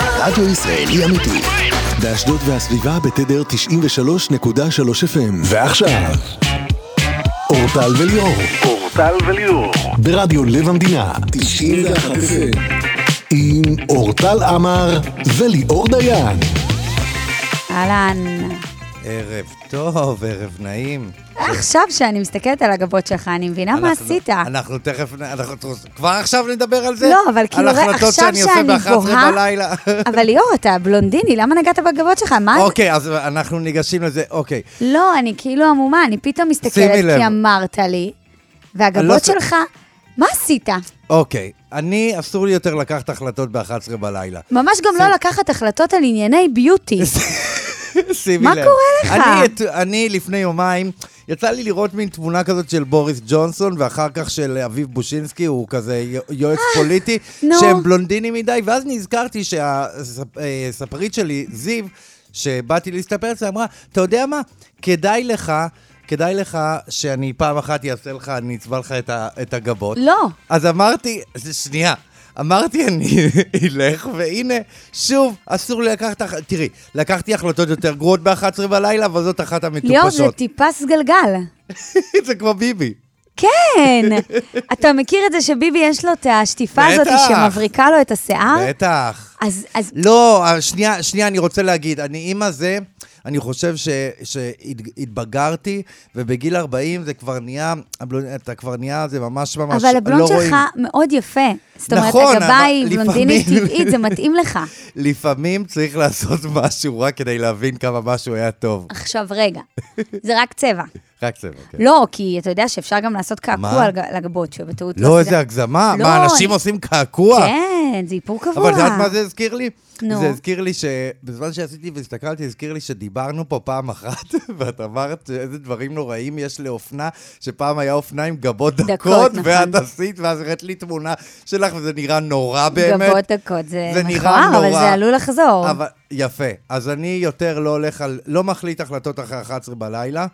רדיו ישראלי אמיתי. באשדוד והסביבה בתדר 93.3 FM. ועכשיו, אורטל וליאור. אורטל וליאור. ברדיו לב המדינה. 91 FM. עם אורטל עמר וליאור דיין. אהלן. ערב טוב, ערב נעים. עכשיו שאני מסתכלת על הגבות שלך, אני מבינה אה, מה אנחנו- לא- עשית. אנחנו תכף, נ- אנחנו כבר עכשיו נדבר על זה? לא, אבל כאילו, על ר- החלטות עכשיו שאני עושה שאני ב-11 גבוהה- בלילה. אבל ליאור, אתה בלונדיני, למה נגעת בגבות שלך? מה? אוקיי, אז אנחנו ניגשים לזה, אוקיי. לא, אני כאילו המומה, אני פתאום שימי מסתכלת לב. כי אמרת לי, אני לא והגבות ש- שלך, מה עשית? אוקיי, אני, אסור לי יותר לקחת החלטות ב-11 בלילה. ממש גם לא לקחת החלטות על ענייני ביוטי. שימי מה לב. קורה לך? אני, את- אני לפני יומיים, יצא לי לראות מין תמונה כזאת של בוריס ג'ונסון, ואחר כך של אביב בושינסקי, הוא כזה יו- יועץ פוליטי, אה, נו. שהם בלונדינים מדי, ואז נזכרתי שהספרית אה, שלי, זיו, שבאתי להסתפר אצלה, אמרה, אתה יודע מה, כדאי לך... כדאי לך שאני פעם אחת אעשה לך, אני אצבע לך את, ה, את הגבות. לא. אז אמרתי, זה- שנייה, אמרתי אני אלך, והנה, שוב, אסור לי לקחת, הח- תראי, לקחתי החלטות יותר גרועות ב-11 בלילה, אבל זאת אחת ליאור, זה המטופשות. טיפס גלגל. זה כמו ביבי. כן! אתה מכיר את זה שביבי יש לו את השטיפה הזאת בטח. שמבריקה לו את השיער? בטח. אז, אז לא, שנייה, שנייה, אני רוצה להגיד, אני עם הזה, אני חושב ש- שהתבגרתי, ובגיל 40 זה כבר נהיה, הבלונ- אתה כבר נהיה, זה ממש ממש אבל הבלונד לא שלך רואים. מאוד יפה. זאת אומרת, נכון, הגבה אבל היא בלונדינית לפעמים- טבעית, זה מתאים לך. לפעמים צריך לעשות משהו רק כדי להבין כמה משהו היה טוב. עכשיו, רגע, זה רק צבע. רק זה, אוקיי. לא, כי אתה יודע שאפשר גם לעשות קעקוע מה? על ג- לגבות, שבטעות... לא, עשית. איזה הגזמה. לא, מה, אנשים אני- עושים קעקוע? כן, זה איפור קבוע. אבל את יודעת מה זה הזכיר לי? נו. זה הזכיר לי שבזמן שעשיתי והסתכלתי, הזכיר לי שדיברנו פה פעם אחת, ואת אמרת איזה דברים נוראים יש לאופנה, שפעם היה אופנה עם גבות דקות, דקות, נכון. ואת עשית, ואז הראת לי תמונה שלך, וזה נראה נורא באמת. גבות דקות, זה זה נראה מכוער, אבל נורא. זה עלול לחזור. אבל, יפה. אז אני יותר לא הולך על... לא מחליט החלטות אחרי 11 בלילה.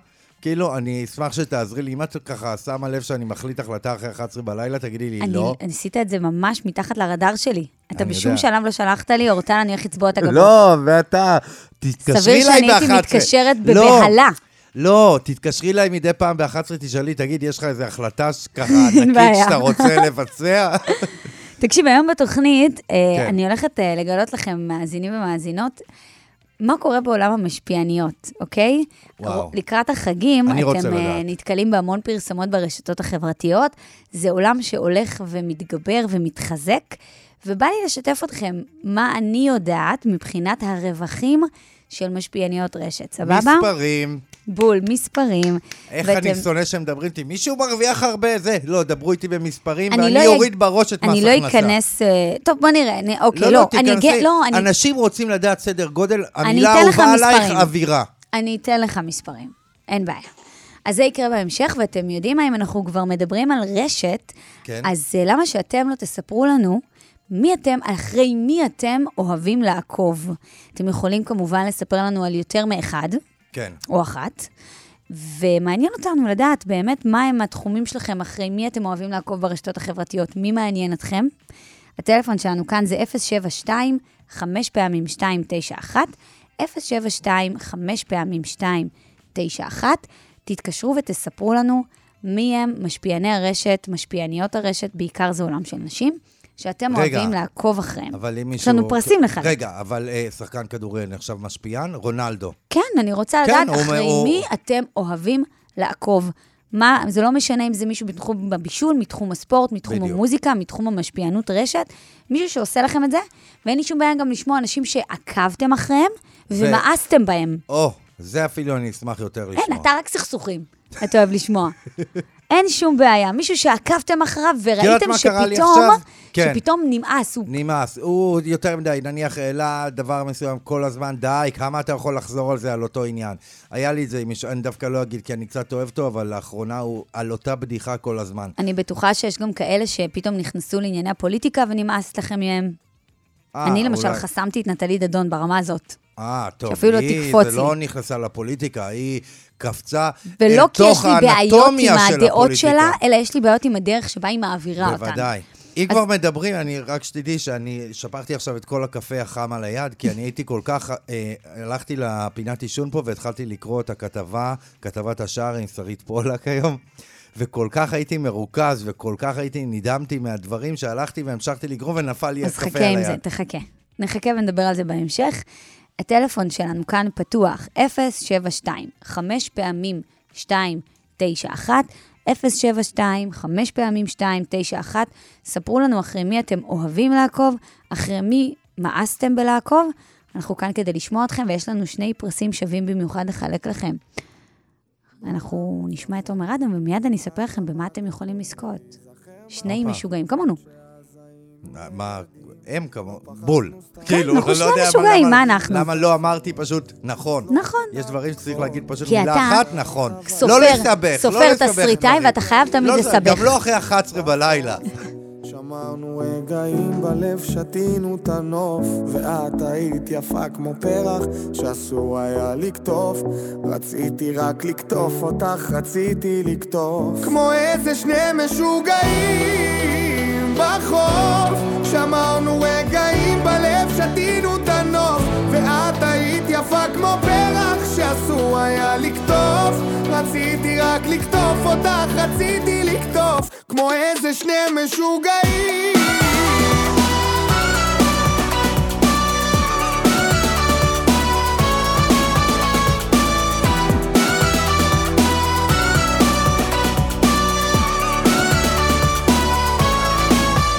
כאילו, אני אשמח שתעזרי לי. אם את ככה שמה לב שאני מחליט החלטה אחרי 11 בלילה, תגידי לי אני לא. אני עשית את זה ממש מתחת לרדאר שלי. אתה אני בשום יודע. שלב לא שלחת לי, אורטל, אני הולך לצבוע את הגבות. לא, ואתה... תתקשרי סביר אליי שאני ב-11. הייתי מתקשרת לא, בבהלה. לא, תתקשרי אליי מדי פעם ב-11, תשאלי, תגיד, יש לך איזו החלטה ככה ענקית בעיה. שאתה רוצה לבצע? תקשיב, היום בתוכנית, אה, כן. אני הולכת אה, לגלות לכם, מאזינים ומאזינות, מה קורה בעולם המשפיעניות, אוקיי? וואו. לקראת החגים, אני רוצה אתם אה, לדעת. נתקלים בהמון פרסומות ברשתות החברתיות. זה עולם שהולך ומתגבר ומתחזק, ובא לי לשתף אתכם מה אני יודעת מבחינת הרווחים של משפיעניות רשת, סבבה? מספרים. בול, מספרים. איך ואתם- אני שונא שמדברים איתי, מישהו מרוויח הרבה, זה, לא, דברו איתי במספרים, אני ואני לא אג- אוריד בראש את מס אני הכנסה. לא אכנס... אה, טוב, בוא נראה, אני- אוקיי, לא, אני תיכנסי. אגיע- לא, אני אנשים רוצים לדעת סדר גודל, המילה אתן לך האהובה עלייך, מספרים. אווירה. אני אתן לך מספרים, אין בעיה. אז זה יקרה בהמשך, ואתם יודעים מה, אם אנחנו כבר מדברים על רשת, כן. אז אה, למה שאתם לא תספרו לנו מי אתם, אחרי מי אתם אוהבים לעקוב? אתם יכולים כמובן לספר לנו על יותר מאחד כן. או אחת, ומעניין אותנו לדעת באמת מהם התחומים שלכם, אחרי מי אתם אוהבים לעקוב ברשתות החברתיות, מי מעניין אתכם. הטלפון שלנו כאן זה 072 5 פעמים 291, 072 5 פעמים 291. תתקשרו ותספרו לנו מי הם משפיעני הרשת, משפיעניות הרשת, בעיקר זה עולם של נשים, שאתם רגע, אוהבים לעקוב אחריהם. אבל אם יש מישהו... לנו פרסים לך. רגע, אבל אה, שחקן כדורגל נחשב משפיען? רונלדו. כן, אני רוצה כן, לדעת הוא- אחרי הוא- מי אתם אוהבים לעקוב. מה, זה לא משנה אם זה מישהו בתחום הבישול, מתחום הספורט, מתחום בדיוק. המוזיקה, מתחום המשפיענות רשת, מישהו שעושה לכם את זה, ואין לי שום בעיה גם לשמוע אנשים שעקבתם אחריהם ומאסתם בהם. או, זה אפילו אני אשמח יותר לשמוע. אין, כן, אתה רק סכסוכים, אתה אוהב לשמוע. אין שום בעיה, מישהו שעקבתם אחריו יודעת וראיתם מה קרה לי שפתאום, עכשיו? כן. שפתאום נמאס, הוא נמאס. הוא יותר מדי, נניח העלה דבר מסוים כל הזמן, די, כמה אתה יכול לחזור על זה, על אותו עניין. היה לי את זה עם מישהו, אני דווקא לא אגיד, כי אני קצת אוהב אותו, אבל לאחרונה הוא על אותה בדיחה כל הזמן. אני בטוחה שיש גם כאלה שפתאום נכנסו לענייני הפוליטיקה ונמאס לכם מהם. אה, אני למשל אולי- חסמתי את נטלי דדון ברמה הזאת. אה, טוב, שאפילו לא היא, תקפוץ זה לא לי. נכנסה לפוליטיקה, היא קפצה ולא אל כי יש תוך לי בעיות האנטומיה עם של הדעות הפוליטיקה. שלה, אלא יש לי בעיות עם הדרך שבה היא מעבירה אותן. בוודאי. אם כבר מדברים, אני רק שתדעי שאני שפכתי עכשיו את כל הקפה החם על היד, כי אני הייתי כל כך... אה, הלכתי לפינת עישון פה והתחלתי לקרוא את הכתבה, כתבת השער עם שרית פולק היום, וכל כך הייתי מרוכז וכל כך הייתי נדהמתי מהדברים שהלכתי והמשכתי לקרוא ונפל לי אז הקפה על היד. חכה עם זה, תחכה. נחכה ונדבר על זה בהמשך. הטלפון שלנו כאן פתוח, 072, חמש פעמים 291, 072, חמש פעמים 291. ספרו לנו אחרי מי אתם אוהבים לעקוב, אחרי מי מאסתם בלעקוב. אנחנו כאן כדי לשמוע אתכם, ויש לנו שני פרסים שווים במיוחד לחלק לכם. אנחנו נשמע את עומר אדם, ומיד אני אספר לכם במה אתם יכולים לזכות. שני הופה. משוגעים כמונו. מה, הם כמוהו, בול. כן, אנחנו אני שני יודע משוגעים, למה- מה אנחנו? למה לא אמרתי פשוט נכון. נכון. יש דברים שצריך להגיד פשוט כי מילה אתה אחת נכון. סופר- לא להסתבך, סופר לא להסתבך תסריטאי, דברים. ואתה חייב תמיד לא, לסבך. גם לא אחרי 11 בלילה. שמרנו רגעים בלב, שתינו את הנוף ואת היית יפה כמו פרח שאסור היה לקטוף רציתי רק לקטוף אותך, רציתי לקטוף כמו איזה שני משוגעים בחוף שמרנו רגעים בלב, שתינו את הנוף ואת היית יפה כמו פרח שאסור היה לקטוף רציתי רק לקטוף אותך, רציתי לקטוף כמו איזה שני משוגעים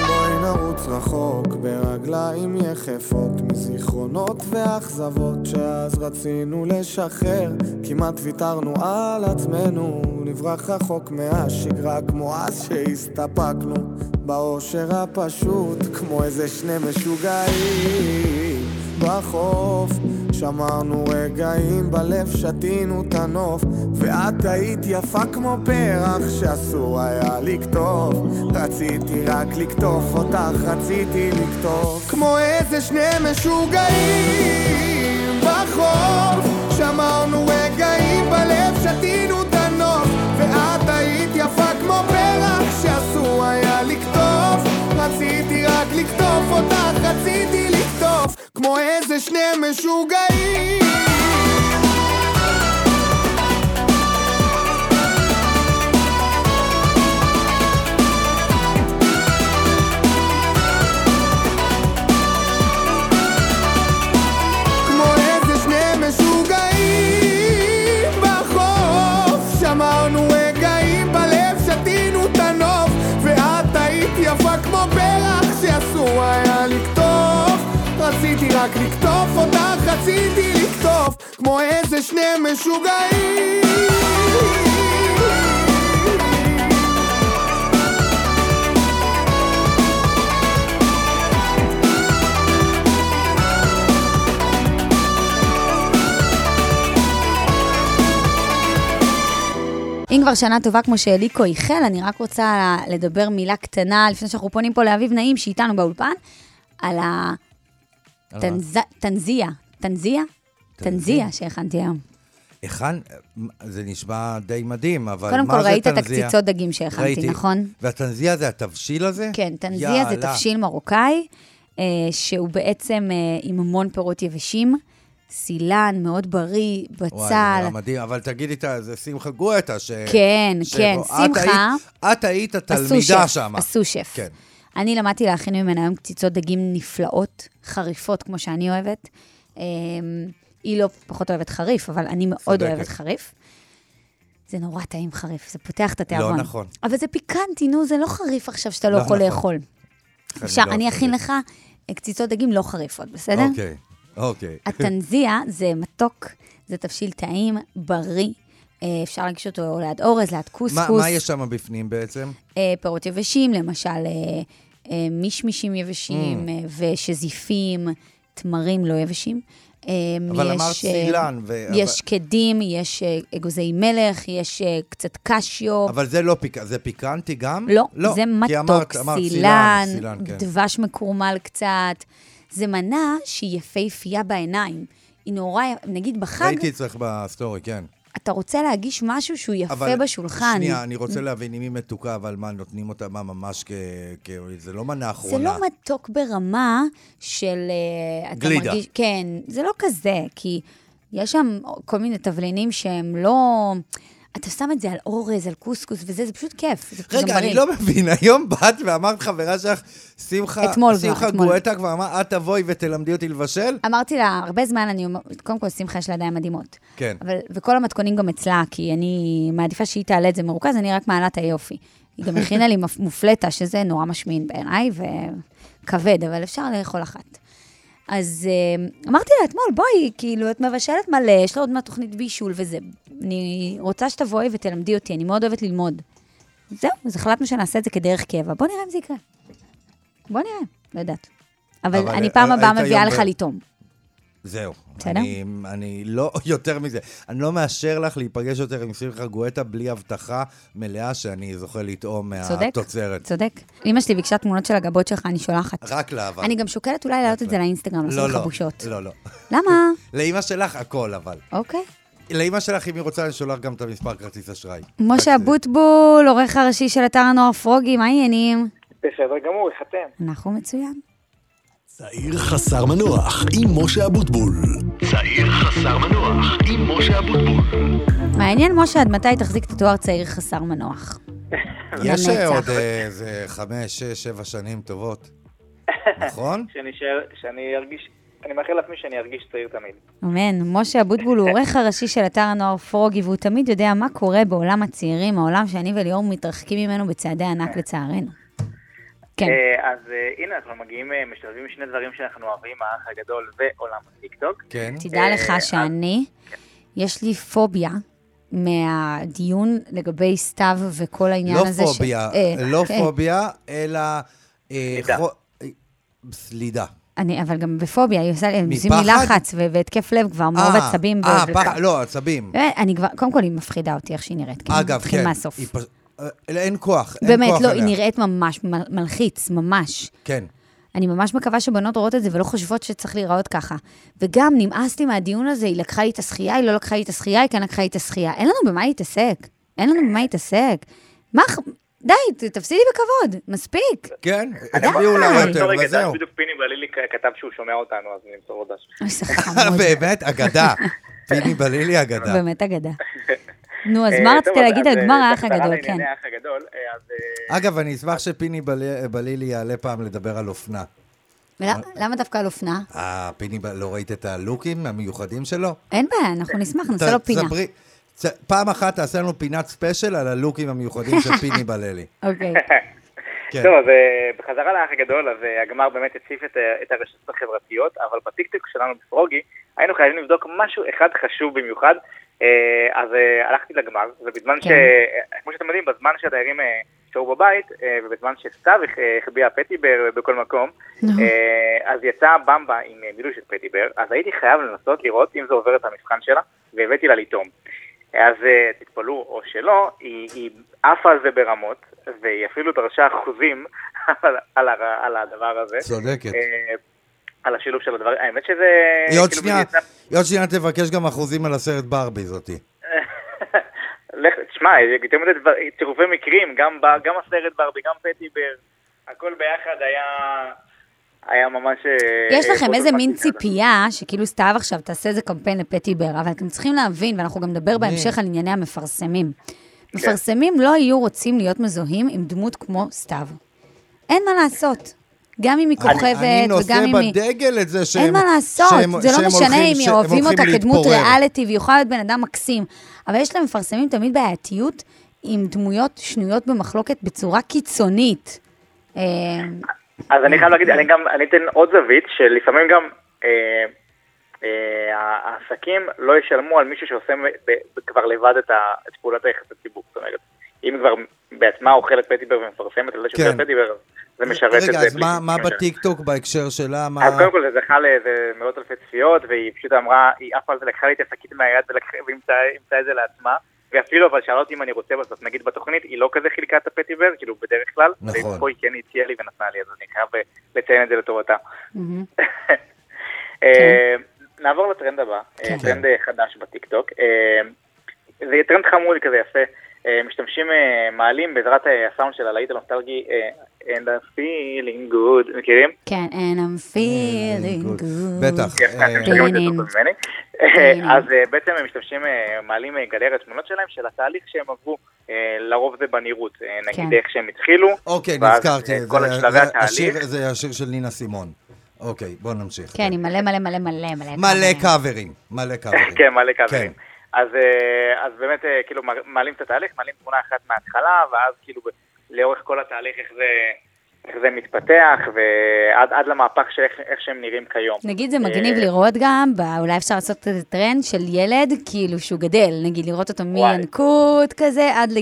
בואי נרוץ רחוק ברגליים יחפות מזיכרונות ואכזבות שאז רצינו לשחרר כמעט ויתרנו על עצמנו נברח רחוק מהשגרה כמו אז שהסתפקנו באושר הפשוט כמו איזה שני משוגעים בחוף שמרנו רגעים בלב, שתינו את הנוף ואת היית יפה כמו פרח שאסור היה לקטוף רציתי רק לקטוף אותך, רציתי לקטוף כמו איזה שני משוגעים בחוף שמרנו רגעים בלב, שתינו את הנוף ואת היית יפה כמו פרח שאסור היה לקטוף רציתי רק לקטוף אותך, רציתי לקטוף כמו איזה שני משוגעים כמו איזה שני משוגעים בחוף שמרנו רגעים בלב, שתינו את הנוף ואת היית יפה כמו פרח שאסור היה לקטוף רציתי רק לקטוף אותך, רציתי לקטוף כמו איזה שני משוגעים אם כבר שנה טובה כמו שאליקו ייחל, אני רק רוצה לדבר מילה קטנה, לפני שאנחנו פונים פה לאביב נעים, שאיתנו באולפן, על הטנזיה. טנזיה? טנזיה שהכנתי היום. היכן, זה נשמע די מדהים, אבל מה זה קודם תנזיה? כל, ראית את הקציצות דגים שהכנתי, ראיתי. נכון? והתנזיה זה התבשיל הזה? כן, טנזיה זה יאללה. תבשיל מרוקאי, אה, שהוא בעצם אה, עם המון פירות יבשים, סילן, מאוד בריא, וואי, זה בצל. נראה מדהים, אבל תגידי, ת- זה שמחה גואטה ש... כן, שבו- כן, את שמחה. היית- את היית התלמידה הסושף, שם. הסושף. כן. אני למדתי להכין ממנה היום קציצות דגים נפלאות, חריפות, כמו שאני אוהבת. אמ, היא לא פחות אוהבת חריף, אבל אני מאוד צודקת. אוהבת חריף. זה נורא טעים חריף, זה פותח את התיאבון. נכון. אבל זה פיקנטי, נו, זה לא חריף עכשיו שאתה לא לא יכול נכון. לא לאכול. עכשיו, אני אכין לך קציצות דגים לא חריפות, בסדר? אוקיי, אוקיי. הטנזיה זה מתוק, זה תבשיל טעים, בריא. אה, אפשר להגיש אותו ליד אורז, ליד מה- קוסקוס. מה יש שם בפנים בעצם? אה, פירות יבשים, למשל אה, אה, מישמישים יבשים אה, Mm. ושזיפים, תמרים לא יבשים. אה, אבל יש, אמרת אה, סילן, ו- יש קדים, יש אה, אגוזי מלך, יש אה, קצת קשיו. אבל זה לא פיקנטי, זה פיקנטי גם? לא, זה כי מתוק, אמרת- אמרת סילן, סילן, כן. דבש מקורמל קצת. זה מנה שהיא יפהפייה בעיניים. היא נורא, יפ- נגיד בחג, ראיתי אצלך בסטורי, כן. אתה רוצה להגיש משהו שהוא יפה אבל- בשולחן. שנייה, אני רוצה להבין אם היא מתוקה, אבל מה, נותנים אותה מה ממש כ... כ... זה לא מנה זה אחרונה. לא מתוק ברמה של... אה, אתה גלידה. מרגיש, כן, זה לא כזה, כי יש שם כל מיני תבלינים שהם לא... אתה שם את זה על אורז, על קוסקוס וזה, זה פשוט כיף. זה פשוט גם רגע, אני בריא. לא מבין, היום באת ואמרת חברה שלך, שמחה, אתמול כבר, שמחה אתמול. גואטה כבר אמרה, את תבואי ותלמדי אותי לבשל? אמרתי לה, הרבה זמן אני אומרת, קודם כל, שמחה יש לה ידיים מדהימות. כן. אבל, וכל המתכונים גם אצלה, כי אני מעדיפה שהיא תעלה את זה מרוכז, אני רק מעלה את היופי. היא גם הכינה לי מפ- מופלטה, שזה נורא משמין בעיניי, וכבד, אבל אפשר לאכול אחת. אז אה, אמרתי לה אתמול, בואי, כאילו, את מבשלת מלא, יש לה עוד מעט תוכנית בישול וזה. אני רוצה שתבואי ותלמדי אותי, אני מאוד אוהבת ללמוד. זהו, אז החלטנו שנעשה את זה כדרך קבע. בוא נראה אם זה יקרה. בוא נראה, לא יודעת. אבל, אבל, אבל אני אה, פעם הבאה היית מביאה היום לך ב- לטעום. זהו. בסדר. אני, אני לא, יותר מזה, אני לא מאשר לך להיפגש יותר עם שמחה גואטה בלי הבטחה מלאה שאני זוכה לטעום צודק. מהתוצרת. צודק. אמא שלי ביקשה תמונות של הגבות שלך, אני שולחת. רק לאהבה. אני גם שוקלת אולי להעלות את זה לאינסטגרם, לעשות לא, לך לא, בושות. לא, כן. לא. למה? לאימא שלך הכל, אבל. אוקיי. לאימא שלך, אם היא רוצה, אני שולח גם את המספר כרטיס אשראי. משה רק זה. אבוטבול, עורך הראשי של אתר הנוער פרוגי, מה העניינים? בסדר גמור, ייחתם. אנחנו מצוין. צעיר חסר מנוח עם משה אבוטבול. צעיר חסר מנוח עם משה אבוטבול. מעניין, משה, עד מתי תחזיק את התואר צעיר חסר מנוח? יש לנצח. אה, עוד אה, איזה חמש, שש, שבע שנים טובות. נכון? שאני אשאר, שאני ארגיש, אני מאחל לעצמי שאני ארגיש צעיר תמיד. אמן. משה אבוטבול הוא עורך הראשי של אתר הנוער פרוגי, והוא תמיד יודע מה קורה בעולם הצעירים, העולם שאני וליאור מתרחקים ממנו בצעדי ענק לצערנו. כן. אה, אז אה, הנה, אנחנו מגיעים, אה, משלבים שני דברים שאנחנו אוהבים, האח הגדול ועולם הטיקטוק. כן. תדע לך שאני, יש לי פוביה מהדיון לגבי סתיו וכל העניין לא הזה. ש- פוביה, אה, לא אה, פוביה, אלא... אה, סלידה. חו- אה, סלידה. אני, אבל גם בפוביה, היא עושה לי, הם עושים לי מפחד? לחץ ו- והתקף לב כבר, מרוב אה, עצבים. ו- אה, ו- פח- לא, עצבים. באמת, אני כבר, קודם כל, היא מפחידה אותי איך שהיא נראית. כאילו, אגב, נתחיל כן. מהסוף. היא פש- אה, אין כוח, אין כוח באמת, עליה. לא, היא נראית ממש מ- מלחיץ, ממש. כן. אני ממש מקווה שבנות רואות את זה ולא חושבות שצריך להיראות ככה. וגם, נמאס לי מהדיון הזה, היא לקחה לי את השחייה, היא לא לקחה לי את השחייה, היא כן לקחה לי את השחייה. אין לנו במה להתעסק. אין לנו במה להתעסק. מה, אח- די, ת- תפסידי בכבוד, מספיק. כן, לא, הצביעו לה די. יותר, לא, רגע, וזהו. דש בדיוק פיני בעלילי כתב שהוא שומע אותנו, אז אני אמסור לו דש. איזה חמוד. אה, באמת, אגדה. פיני בלילי אגדה. לא. באמת אגדה. נו, אז אה, מה טוב, רצית להגיד על אז, אה, גמר האח בחזרה הגדול, כן. לענייני האח הגדול, אה, אז אה, אגב, אני אשמח שפיני בל- בלילי יעלה פעם לדבר על אופנה. ולמה- למה דווקא על אופנה? אה, פיני, ב- לא ראית את הלוקים המיוחדים שלו? אין בעיה, אנחנו נשמח, נעשה ת- לו פינה. ספרי- צ- פעם אחת תעשה לנו פינת ספיישל על הלוקים המיוחדים של פיני בלילי. אוקיי. כן. טוב, אז אה, בחזרה לאח הגדול, אז אה, הגמר באמת הציף את, אה, את הרשתות החברתיות, אבל בטיקטוק שלנו בפרוגי, היינו חייבים לבדוק משהו אחד חשוב במיוחד. אה, אז אה, הלכתי לגמר, ובזמן ש... כן. אה, כמו שאתם יודעים, בזמן שהדיירים אה, שהו בבית, אה, ובזמן שסתיו אה, החביאה פטיבר בכל מקום, נכון. אה, אז יצאה במבה עם אה, מילוי של פטיבר, אז הייתי חייב לנסות לראות אם זה עובר את המבחן שלה, והבאתי לה לטעום. אז אה, תתפלאו או שלא, היא, היא עפה על זה ברמות, והיא אפילו דרשה אחוזים על, על, הר- על הדבר הזה. צודקת. אה, על השילוב של הדבר, האמת שזה... היא עוד כאילו, שנייה, בדיוק- היא עוד שנייה תבקש גם אחוזים על הסרט ברבי זאתי. לך, תשמע, יותר מדי דבר- צירופי מקרים, גם, ב- גם הסרט ברבי, גם פטיבר, הכל ביחד היה... היה ממש... אה, יש לכם פוטו איזה מין פנטסטי. ציפייה שכאילו סתיו עכשיו תעשה איזה קמפיין לפטי בר, אבל אתם צריכים להבין, ואנחנו גם נדבר בהמשך על ענייני המפרסמים. מפרסמים לא יהיו רוצים להיות מזוהים עם דמות כמו סתיו. אין מה לעשות. גם אם היא אני כוכבת, נושא וגם אם היא... בדגל את זה שהם... אין מה לעשות, שהם- זה לא שהם משנה הולכים- אם שהם אוהבים הולכים אותה כדמות להתפורר. ריאליטי, והיא יכולה להיות בן אדם מקסים. אבל יש למפרסמים תמיד בעייתיות עם דמויות שנויות במחלוקת בצורה קיצונית. אה, אז אני חייב להגיד, אני גם, אני אתן עוד זווית, שלפעמים גם אה, אה, העסקים לא ישלמו על מישהו שעושה ב- ב- כבר לבד את, ה, את פעולת היחס לציבור. זאת אומרת, אם כבר בעצמה אוכלת פטיבר ומפרסמת על זה שהיא כן. אוכלת פטיבר, אז זה משרת את זה. רגע, אז בלי- מה- מה בלי- בטיקטוק בהקשר שלה? מה... אז קודם כל זה זכה לאיזה מאות אלפי צפיות, והיא פשוט אמרה, היא אף פעם לא לקחה לי את השקית מהיד ולקחה- ואימצה אימצה את זה לעצמה. ואפילו אבל שאלה אותי אם אני רוצה בסוף, נגיד בתוכנית, היא לא כזה חילקה את הפטיבר, כאילו בדרך כלל, נכון. ופה היא כן הציעה לי ונתנה לי, אז אני חייב אה, לציין את זה לטובתה. מהמם. אה, נעבור לטרנד הבא, אה, כן. טרנד אה, חדש בטיקטוק. אה, זה טרנד חמוד כזה יפה. אה, משתמשים, אה, מעלים בעזרת אה, הסאונד של הלהיט הנוסטלגי, אה, And I'm feeling good, מכירים? כן, and I'm feeling good. Mm, בטח. יפה, אה, אתם שומעים את זה יותר טוב ממני. טנין. אז אה, בעצם הם משתמשים, אה, מעלים אה, גלריית תמונות שלהם של התהליך שהם עברו, אה, לרוב זה בנראות, אה, נגיד כן. איך שהם התחילו. אוקיי, ואז, נזכרתי. אה, כל זה- השלבי זה התהליך. השיר- זה השיר של נינה סימון. אוקיי, בואו נמשיך. כן, עם מלא מלא מלא מלא מלא. מלא קאברים, מלא קאברים. כן, מלא כן. קאברים. אז, אה, אז באמת, אה, כאילו, מר- מעלים את התהליך, מעלים תמונה אחת מההתחלה, ואז כאילו ב- לאורך כל התהליך איך זה, איך זה מתפתח, ועד עד למהפך של איך, איך שהם נראים כיום. נגיד זה מגניב אה, לראות גם, ב- אולי אפשר לעשות איזה טרנד של ילד, כאילו שהוא גדל, נגיד לראות אותו וואי. מינקות כזה, עד ל...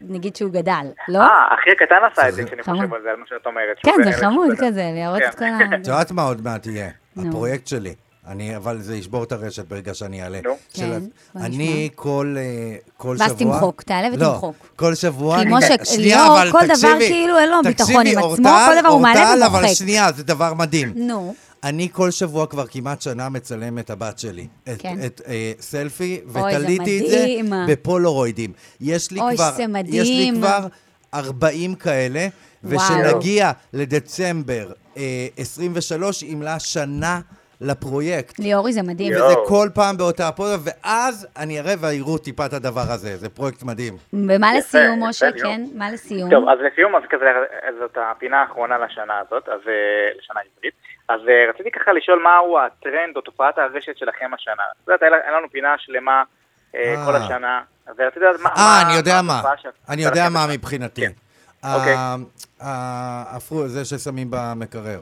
נגיד שהוא גדל, לא? אה, אחי הקטן עשה את זה, זה כשאני חמוד. חושב על זה, על מה שאת אומרת. שהוא כן, בן- זה חמוד שהוא בן- כזה, לראות כן. את כל ה... את יודעת מה עוד מעט יהיה? נו. הפרויקט שלי. אני, אבל זה ישבור את הרשת ברגע שאני אעלה. נו. של כן, ה- בוא אני כל אה, כל שבוע... ואז תמחוק, תעלה ותמחוק. לא, כל שבוע... כי משה- שנייה, ליאור, אבל כל דבר תקשיבי, כאילו אין לו ביטחון עם תקשיבי, עצמו, אורטל- כל דבר הוא מעלה אורטל, אבל ומוחק. שנייה, זה דבר מדהים. נו. אני כל שבוע כבר כמעט שנה מצלם את הבת שלי. את, כן. את אה, סלפי, אוי, זה ותליתי את זה מדהים. בפולרוידים. יש לי אוי, כבר... זה יש לי מדהים. כבר 40 כאלה, וואו. ושנגיע לדצמבר אה, 23, אם לה שנה לפרויקט. ליאורי זה מדהים. יואו. וזה כל פעם באותה הפרויקט, ואז אני אראה ויראו טיפה את הדבר הזה. זה פרויקט מדהים. ומה יפה, לסיום, יפה, משה? ליאור. כן, מה לסיום? טוב, אז לסיום, אז כזה, אז זאת הפינה האחרונה לשנה הזאת, אז אה, לשנה העברית. אז אה, רציתי ככה לשאול מהו הטרנד או תופעת הרשת שלכם השנה. את יודעת, היה- היה לנו פינה שלמה אה, אה. כל השנה, ורציתי לדעת מה... אה, אני יודע מה. התופעה של- אני יודע שלכם מה השנה. מבחינתי. כן. ה- אוקיי. ה- הפרו- זה ששמים במקרר.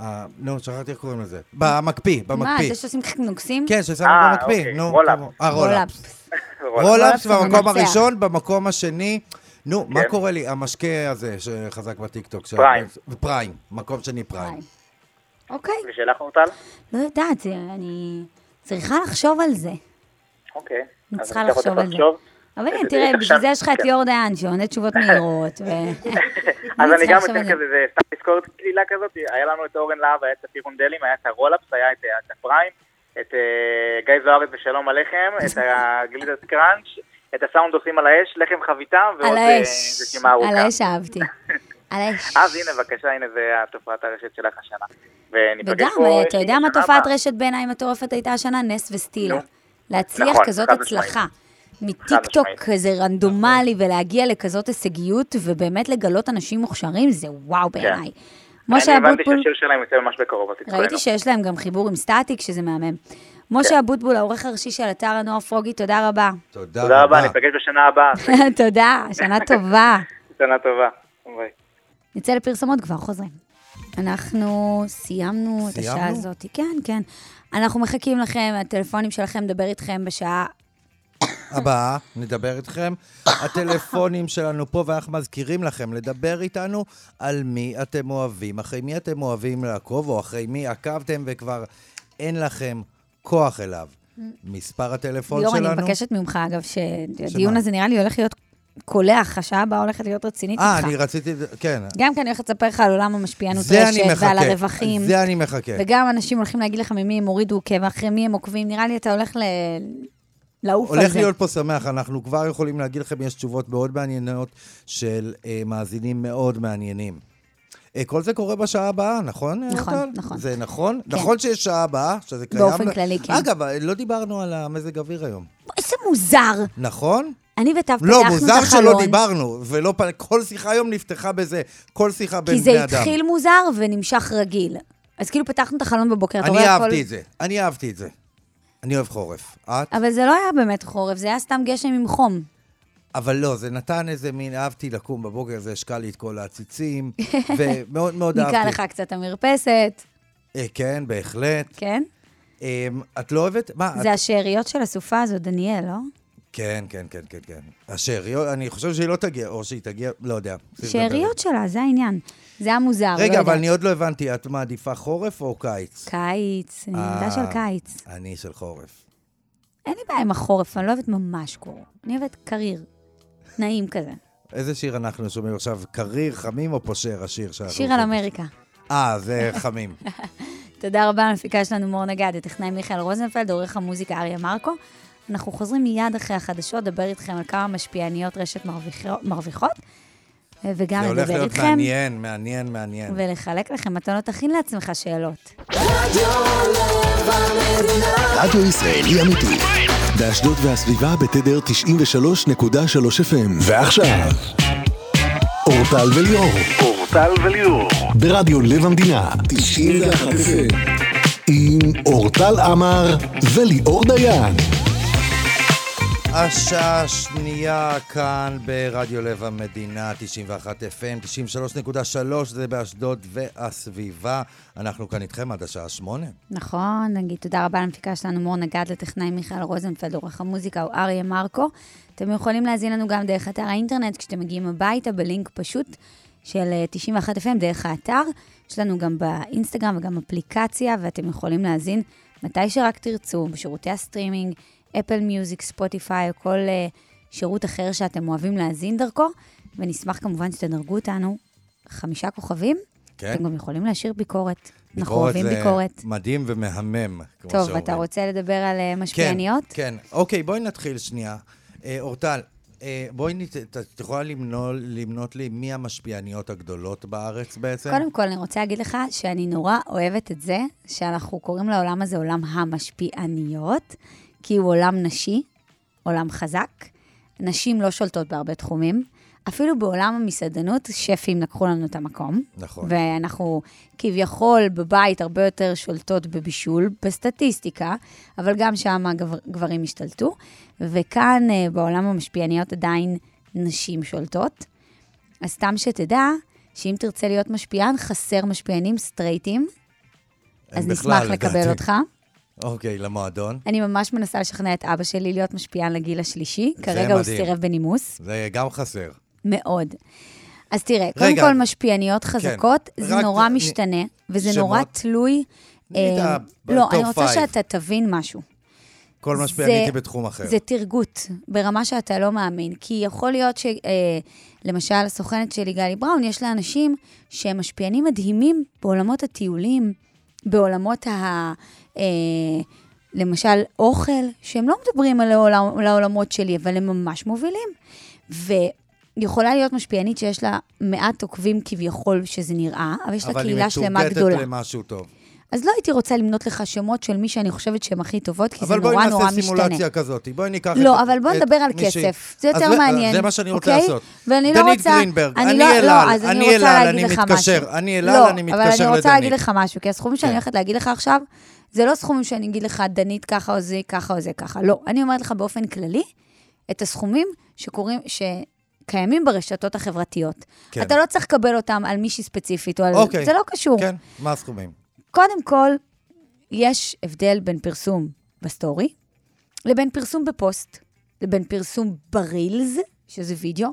ה- נו, שכחתי איך קוראים לזה. במקפיא, מה, במקפיא. זה שעושים נוקסים? לא כן, ששמים אה, במקפיא. אוקיי, נו, רולאפ. כמו- אה, רולאפס. רולאפס. וואלה. לא רולאפס במקום מנצח. הראשון, במקום השני. נו, מה כן. קורה לי? המשקה הזה שחזק בטיקטוק. שה- פריים. פריים, מקום שני פריים. אוקיי, ושאלה חורטל? לא יודעת, זה- אני צריכה לחשוב על זה. אוקיי. אני אז צריכה אני צריך לחשוב עוד על זה. לחשוב. אבל הנה, זה- תראה, זה בשביל עכשיו- זה יש לך את כן. ליאור דיין, שעונה תשובות מהירות. ו- אז אני צריכה גם לחשוב על אתן זה. כזה, זה סתם תזכורת קלילה כזאת, היה לנו את אורן להב, היה את הפירון דלים, היה את הרולאפס, היה את את הפריים, את אה, גיא זוארץ ושלום עליכם, את הגלידת קראנץ', את הסאונד עושים על האש, לחם חביתה, ועוד על אה, האש. רשימה על ארוכה. אה, האש אהבתי. על האש. אז הנה, בבקשה, הנה זה התופעת הרשת שלך השנה. וניפגש וגם, פה. אה, אתה יודע מה בשנה תופעת הבאה. רשת בעיניי מטורפת הייתה השנה? נס וסטילה. נו. להצליח נכון, כזאת חד הצלחה. מטיקטוק משמעית. כזה רנדומלי, ולהגיע לכזאת הישגיות, ובאמת לגלות אנשים מוכשרים, זה וואו בעיניי. משה אני כן. הבנתי אבוטבול, שהשיר שלהם יוצא ממש בקרוב, אז תתכוננו. ראיתי שיש להם גם חיבור עם סטטיק, שזה מהמם. כן. משה אבוטבול, העורך הראשי של אתר הנוער פרוגי, תודה רבה. תודה רבה, ניפגש בשנה הבאה, תודה, שנה טובה. שנה טובה. ביי. נצא לפרסומות, כבר חוזרים. אנחנו סיימנו את השעה סיימנו? הזאת. כן, כן. אנחנו מחכים לכם, הטלפונים שלכם, נדבר איתכם בשעה... הבאה, נדבר איתכם. הטלפונים שלנו פה, ואנחנו מזכירים לכם לדבר איתנו על מי אתם אוהבים, אחרי מי אתם אוהבים לעקוב, או אחרי מי עקבתם וכבר אין לכם כוח אליו. מספר הטלפון ליאור, Mm. אני שלנו... מבקשת ממך, אגב, שהדיון שמה? הזה נראה לי הולך להיות קולח, השעה הבאה הולכת להיות רצינית אה, איתך. אני רציתי... כן. גם כי אני הולכת לספר לך על עולם המשפיענות זה אני רשת מחכה. ועל הרווחים. זה אני מחכה. וגם אנשים הולכים להגיד לך ממי הם הורידו עוקב, אחרי מי הם עוקבים, נראה לי אתה הולך ל... לעוף על זה. הולך להיות פה שמח, אנחנו כבר יכולים להגיד לכם, יש תשובות מאוד מעניינות של אה, מאזינים מאוד מעניינים. אה, כל זה קורה בשעה הבאה, נכון? אה, נכון, טל? נכון. זה נכון? כן. נכון שיש שעה הבאה, שזה קיים? באופן כללי, כן. אגב, אה, לא דיברנו על המזג אוויר היום, איזה מוזר. נכון? אני וטב פתחנו את לא, החלון. מוזר שלא דיברנו, ולא פ... כל שיחה היום נפתחה בזה, כל שיחה בין כי בני זה אדם. התחיל מוזר ונמשך רגיל. אז כאילו פתחנו את החלון בבוקר, אתה אני רואה אהבתי הכל... את זה, אני אהבתי את זה. אני אוהב חורף. את? אבל זה לא היה באמת חורף, זה היה סתם גשם עם חום. אבל לא, זה נתן איזה מין, אהבתי לקום בבוקר, זה השקע לי את כל העציצים, ומאוד מאוד אהבתי. ניקה לך קצת המרפסת, אה, כן, בהחלט. כן? אה, את לא אוהבת? מה? זה את... השאריות של הסופה הזו, דניאל, לא? כן, כן, כן, כן, כן. השאריות, אני חושב שהיא לא תגיע, או שהיא תגיע, לא יודע. צריך לדבר. שאריות שלה, זה העניין. זה היה מוזר, לא רגע, אבל יודעת. אני עוד לא הבנתי, את מעדיפה חורף או קיץ? קיץ, אני אה. ילדה של קיץ. אני של חורף. אין לי בעיה עם החורף, אני לא אוהבת ממש קור. אני אוהבת קריר. נעים כזה. איזה שיר אנחנו שומעים עכשיו? קריר, חמים או פושר, השיר שאנחנו... שיר על אמריקה. אה, זה חמים. תודה רבה למפיקה שלנו מור נגד, הטכנאי מיכאל רוזנפלד, עורך המוזיקה אריה מרקו. אנחנו חוזרים מיד אחרי החדשות, דבר איתכם על כמה משפיעניות רשת מרוויחו- מרוויחות, וגם זה הולך לדבר להיות איתכם, מעניין, מעניין, מעניין. ולחלק לכם מתנות, תכין לעצמך שאלות. רדיו ישראלי אמיתי. באשדוד והסביבה בתדר 93.3 FM. ועכשיו, אורטל וליאור. אורטל וליאור. ברדיו לב המדינה. 91 FM. עם אורטל עמר וליאור דיין. השעה השנייה כאן ברדיו לב המדינה, 91 FM, 93.3, זה באשדוד והסביבה. אנחנו כאן איתכם עד השעה שמונה. נכון, נגיד תודה רבה למפיקה שלנו מור נגד, לטכנאי מיכאל רוזנפלד, עורך המוזיקה הוא אריה מרקו. אתם יכולים להזין לנו גם דרך אתר האינטרנט כשאתם מגיעים הביתה בלינק פשוט של אה, 91 FM דרך האתר. יש לנו גם באינסטגרם וגם אפליקציה, ואתם יכולים להזין מתי שרק תרצו, בשירותי הסטרימינג, אפל מיוזיק, ספוטיפיי, או כל אה, שירות אחר שאתם אוהבים להזין דרכו, ונשמח כמובן שתדרגו אותנו חמישה כוכבים. כן. אתם גם יכולים להשאיר ביקורת. אנחנו ביקורת אוהבים זה ביקורת. מדהים ומהמם, כמו טוב, שאומרים. אתה רוצה לדבר על אה, כן, משפיעניות? כן. אוקיי, בואי נתחיל שנייה. אה, אורטל, אה, בואי, נת- ת- את יכולה למנות, למנות לי מי המשפיעניות הגדולות בארץ בעצם? קודם כל, אני רוצה להגיד לך שאני נורא אוהבת את זה שאנחנו קוראים לעולם הזה עולם המשפיעניות, כי הוא עולם נשי, עולם חזק. נשים לא שולטות בהרבה תחומים. אפילו בעולם המסעדנות, שפים לקחו לנו את המקום. נכון. ואנחנו כביכול בבית הרבה יותר שולטות בבישול, בסטטיסטיקה, אבל גם שם הגבר- גברים השתלטו. וכאן, אה, בעולם המשפיעניות, עדיין נשים שולטות. אז סתם שתדע, שאם תרצה להיות משפיען, חסר משפיענים סטרייטים, הם אז בכלל, נשמח לקבל לדעתי. אותך. אוקיי, למועדון. אני ממש מנסה לשכנע את אבא שלי להיות משפיען לגיל השלישי, זה כרגע הוא מדהים. סירב בנימוס, זה גם חסר. מאוד. אז תראה, קודם רגע. כן. כל משפיעניות חזקות, זה רק- נורא אני- משתנה, וזה שמות? נורא תלוי... נגיד אה, ה- לא, top אני רוצה five. שאתה תבין משהו. כל משפיענית היא בתחום אחר. זה תרגות, ברמה שאתה לא מאמין. כי יכול להיות ש... אה, למשל, הסוכנת שלי, גלי בראון, יש לה אנשים שהם משפיענים מדהימים בעולמות הטיולים, בעולמות ה... אה, למשל, אוכל, שהם לא מדברים על העולם, על העולמות שלי, אבל הם ממש מובילים. ויכולה להיות משפיענית שיש לה מעט עוקבים כביכול שזה נראה, אבל יש לה קהילה שלמה אבל היא גדולה. מתורגתת למשהו טוב. אז לא הייתי רוצה למנות לך שמות של מי שאני חושבת שהן הכי טובות, כי זה אבל בואי נורא נורא נעשה משתנה. סימולציה כזאת, בואי ניקח את... לא, אבל בוא את נדבר על מישהי. כסף. זה יותר אז ו- מעניין. זה מה שאני רוצה אוקיי? לעשות. ואני לא דנית רוצה... גרינברג, אני אני לא- אל לא, על, אז אני רוצה אל על, להגיד אני לך מתקשר. משהו. אני אל על, לא, אני אבל מתקשר אני רוצה לדנית. להגיד לך משהו, כי הסכומים שאני כן. הולכת להגיד לך עכשיו, זה לא סכומים שאני אגיד לך, דנית ככה או זה ככה או זה ככה. לא, אני אומרת לך באופן כללי, את הסכומים שקורים, שקיימים ברשתות החברתיות. כן. אתה לא צריך לקבל אותם על מישהי ספציפית או על... אוקיי. זה לא קשור. כן, מה הסכומים? קודם כל, יש הבדל בין פרסום בסטורי, לבין פרסום בפוסט, לבין פרסום ברילס, שזה וידאו,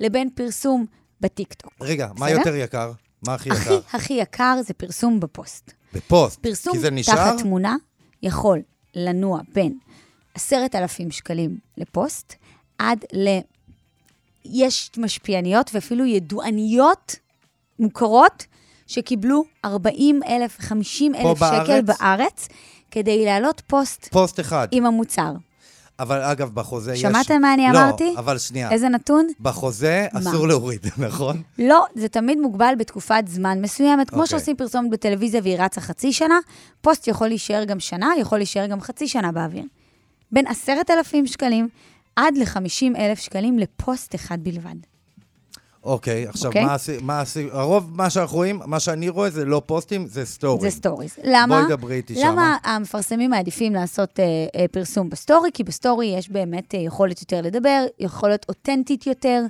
לבין פרסום בטיקטוק. רגע, מה בסדר? יותר יקר? מה הכי הכי יקר? הכי יקר זה פרסום בפוסט. בפוסט. פרסום כי זה נשאר? תחת תמונה יכול לנוע בין 10,000 שקלים לפוסט, עד ל... יש משפיעניות ואפילו ידועניות מוכרות שקיבלו 40,000, 50,000 פה שקל בארץ? בארץ כדי להעלות פוסט פוסט אחד. עם המוצר. אבל אגב, בחוזה יש... שמעתם מה אני לא, אמרתי? אבל שנייה. איזה נתון? בחוזה מה? אסור להוריד, נכון? לא, זה תמיד מוגבל בתקופת זמן מסוימת. כמו אוקיי. שעושים פרסומת בטלוויזיה והיא רצה חצי שנה, פוסט יכול להישאר גם שנה, יכול להישאר גם חצי שנה באוויר. בין 10,000 שקלים עד ל-50,000 שקלים לפוסט אחד בלבד. אוקיי, עכשיו, אוקיי. מה עשי... מה עשי... הרוב, מה שאנחנו רואים, מה שאני רואה זה לא פוסטים, זה סטורי. זה סטוריז. למה? בואי דברי איתי למה המפרסמים מעדיפים לעשות אה, אה, פרסום בסטורי? כי בסטורי יש באמת אה, יכולת יותר לדבר, יכולת אותנטית יותר,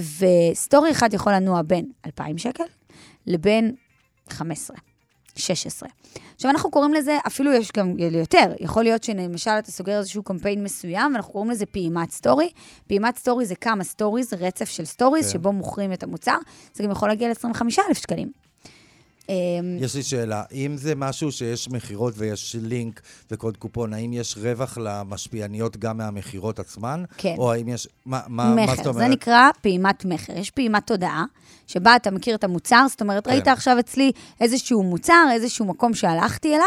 וסטורי אחד יכול לנוע בין 2,000 שקל לבין 15, 16. עכשיו, אנחנו קוראים לזה, אפילו יש גם יותר, יכול להיות שלמשל אתה סוגר איזשהו קמפיין מסוים, ואנחנו קוראים לזה פעימת סטורי. פעימת סטורי זה כמה סטוריז, רצף של סטוריז, כן. שבו מוכרים את המוצר, זה גם יכול להגיע ל-25,000 שקלים. אמ, יש לי שאלה, אם זה משהו שיש מכירות ויש לינק וקוד קופון, האם יש רווח למשפיעניות גם מהמכירות עצמן? כן. או האם יש... מה, מה, מה זאת מכר, אומרת? זה נקרא פעימת מכר. יש פעימת תודעה, שבה אתה מכיר את המוצר, זאת אומרת, ראית כן. עכשיו אצלי איזשהו מוצר, איזשהו מקום שהלכתי אליו,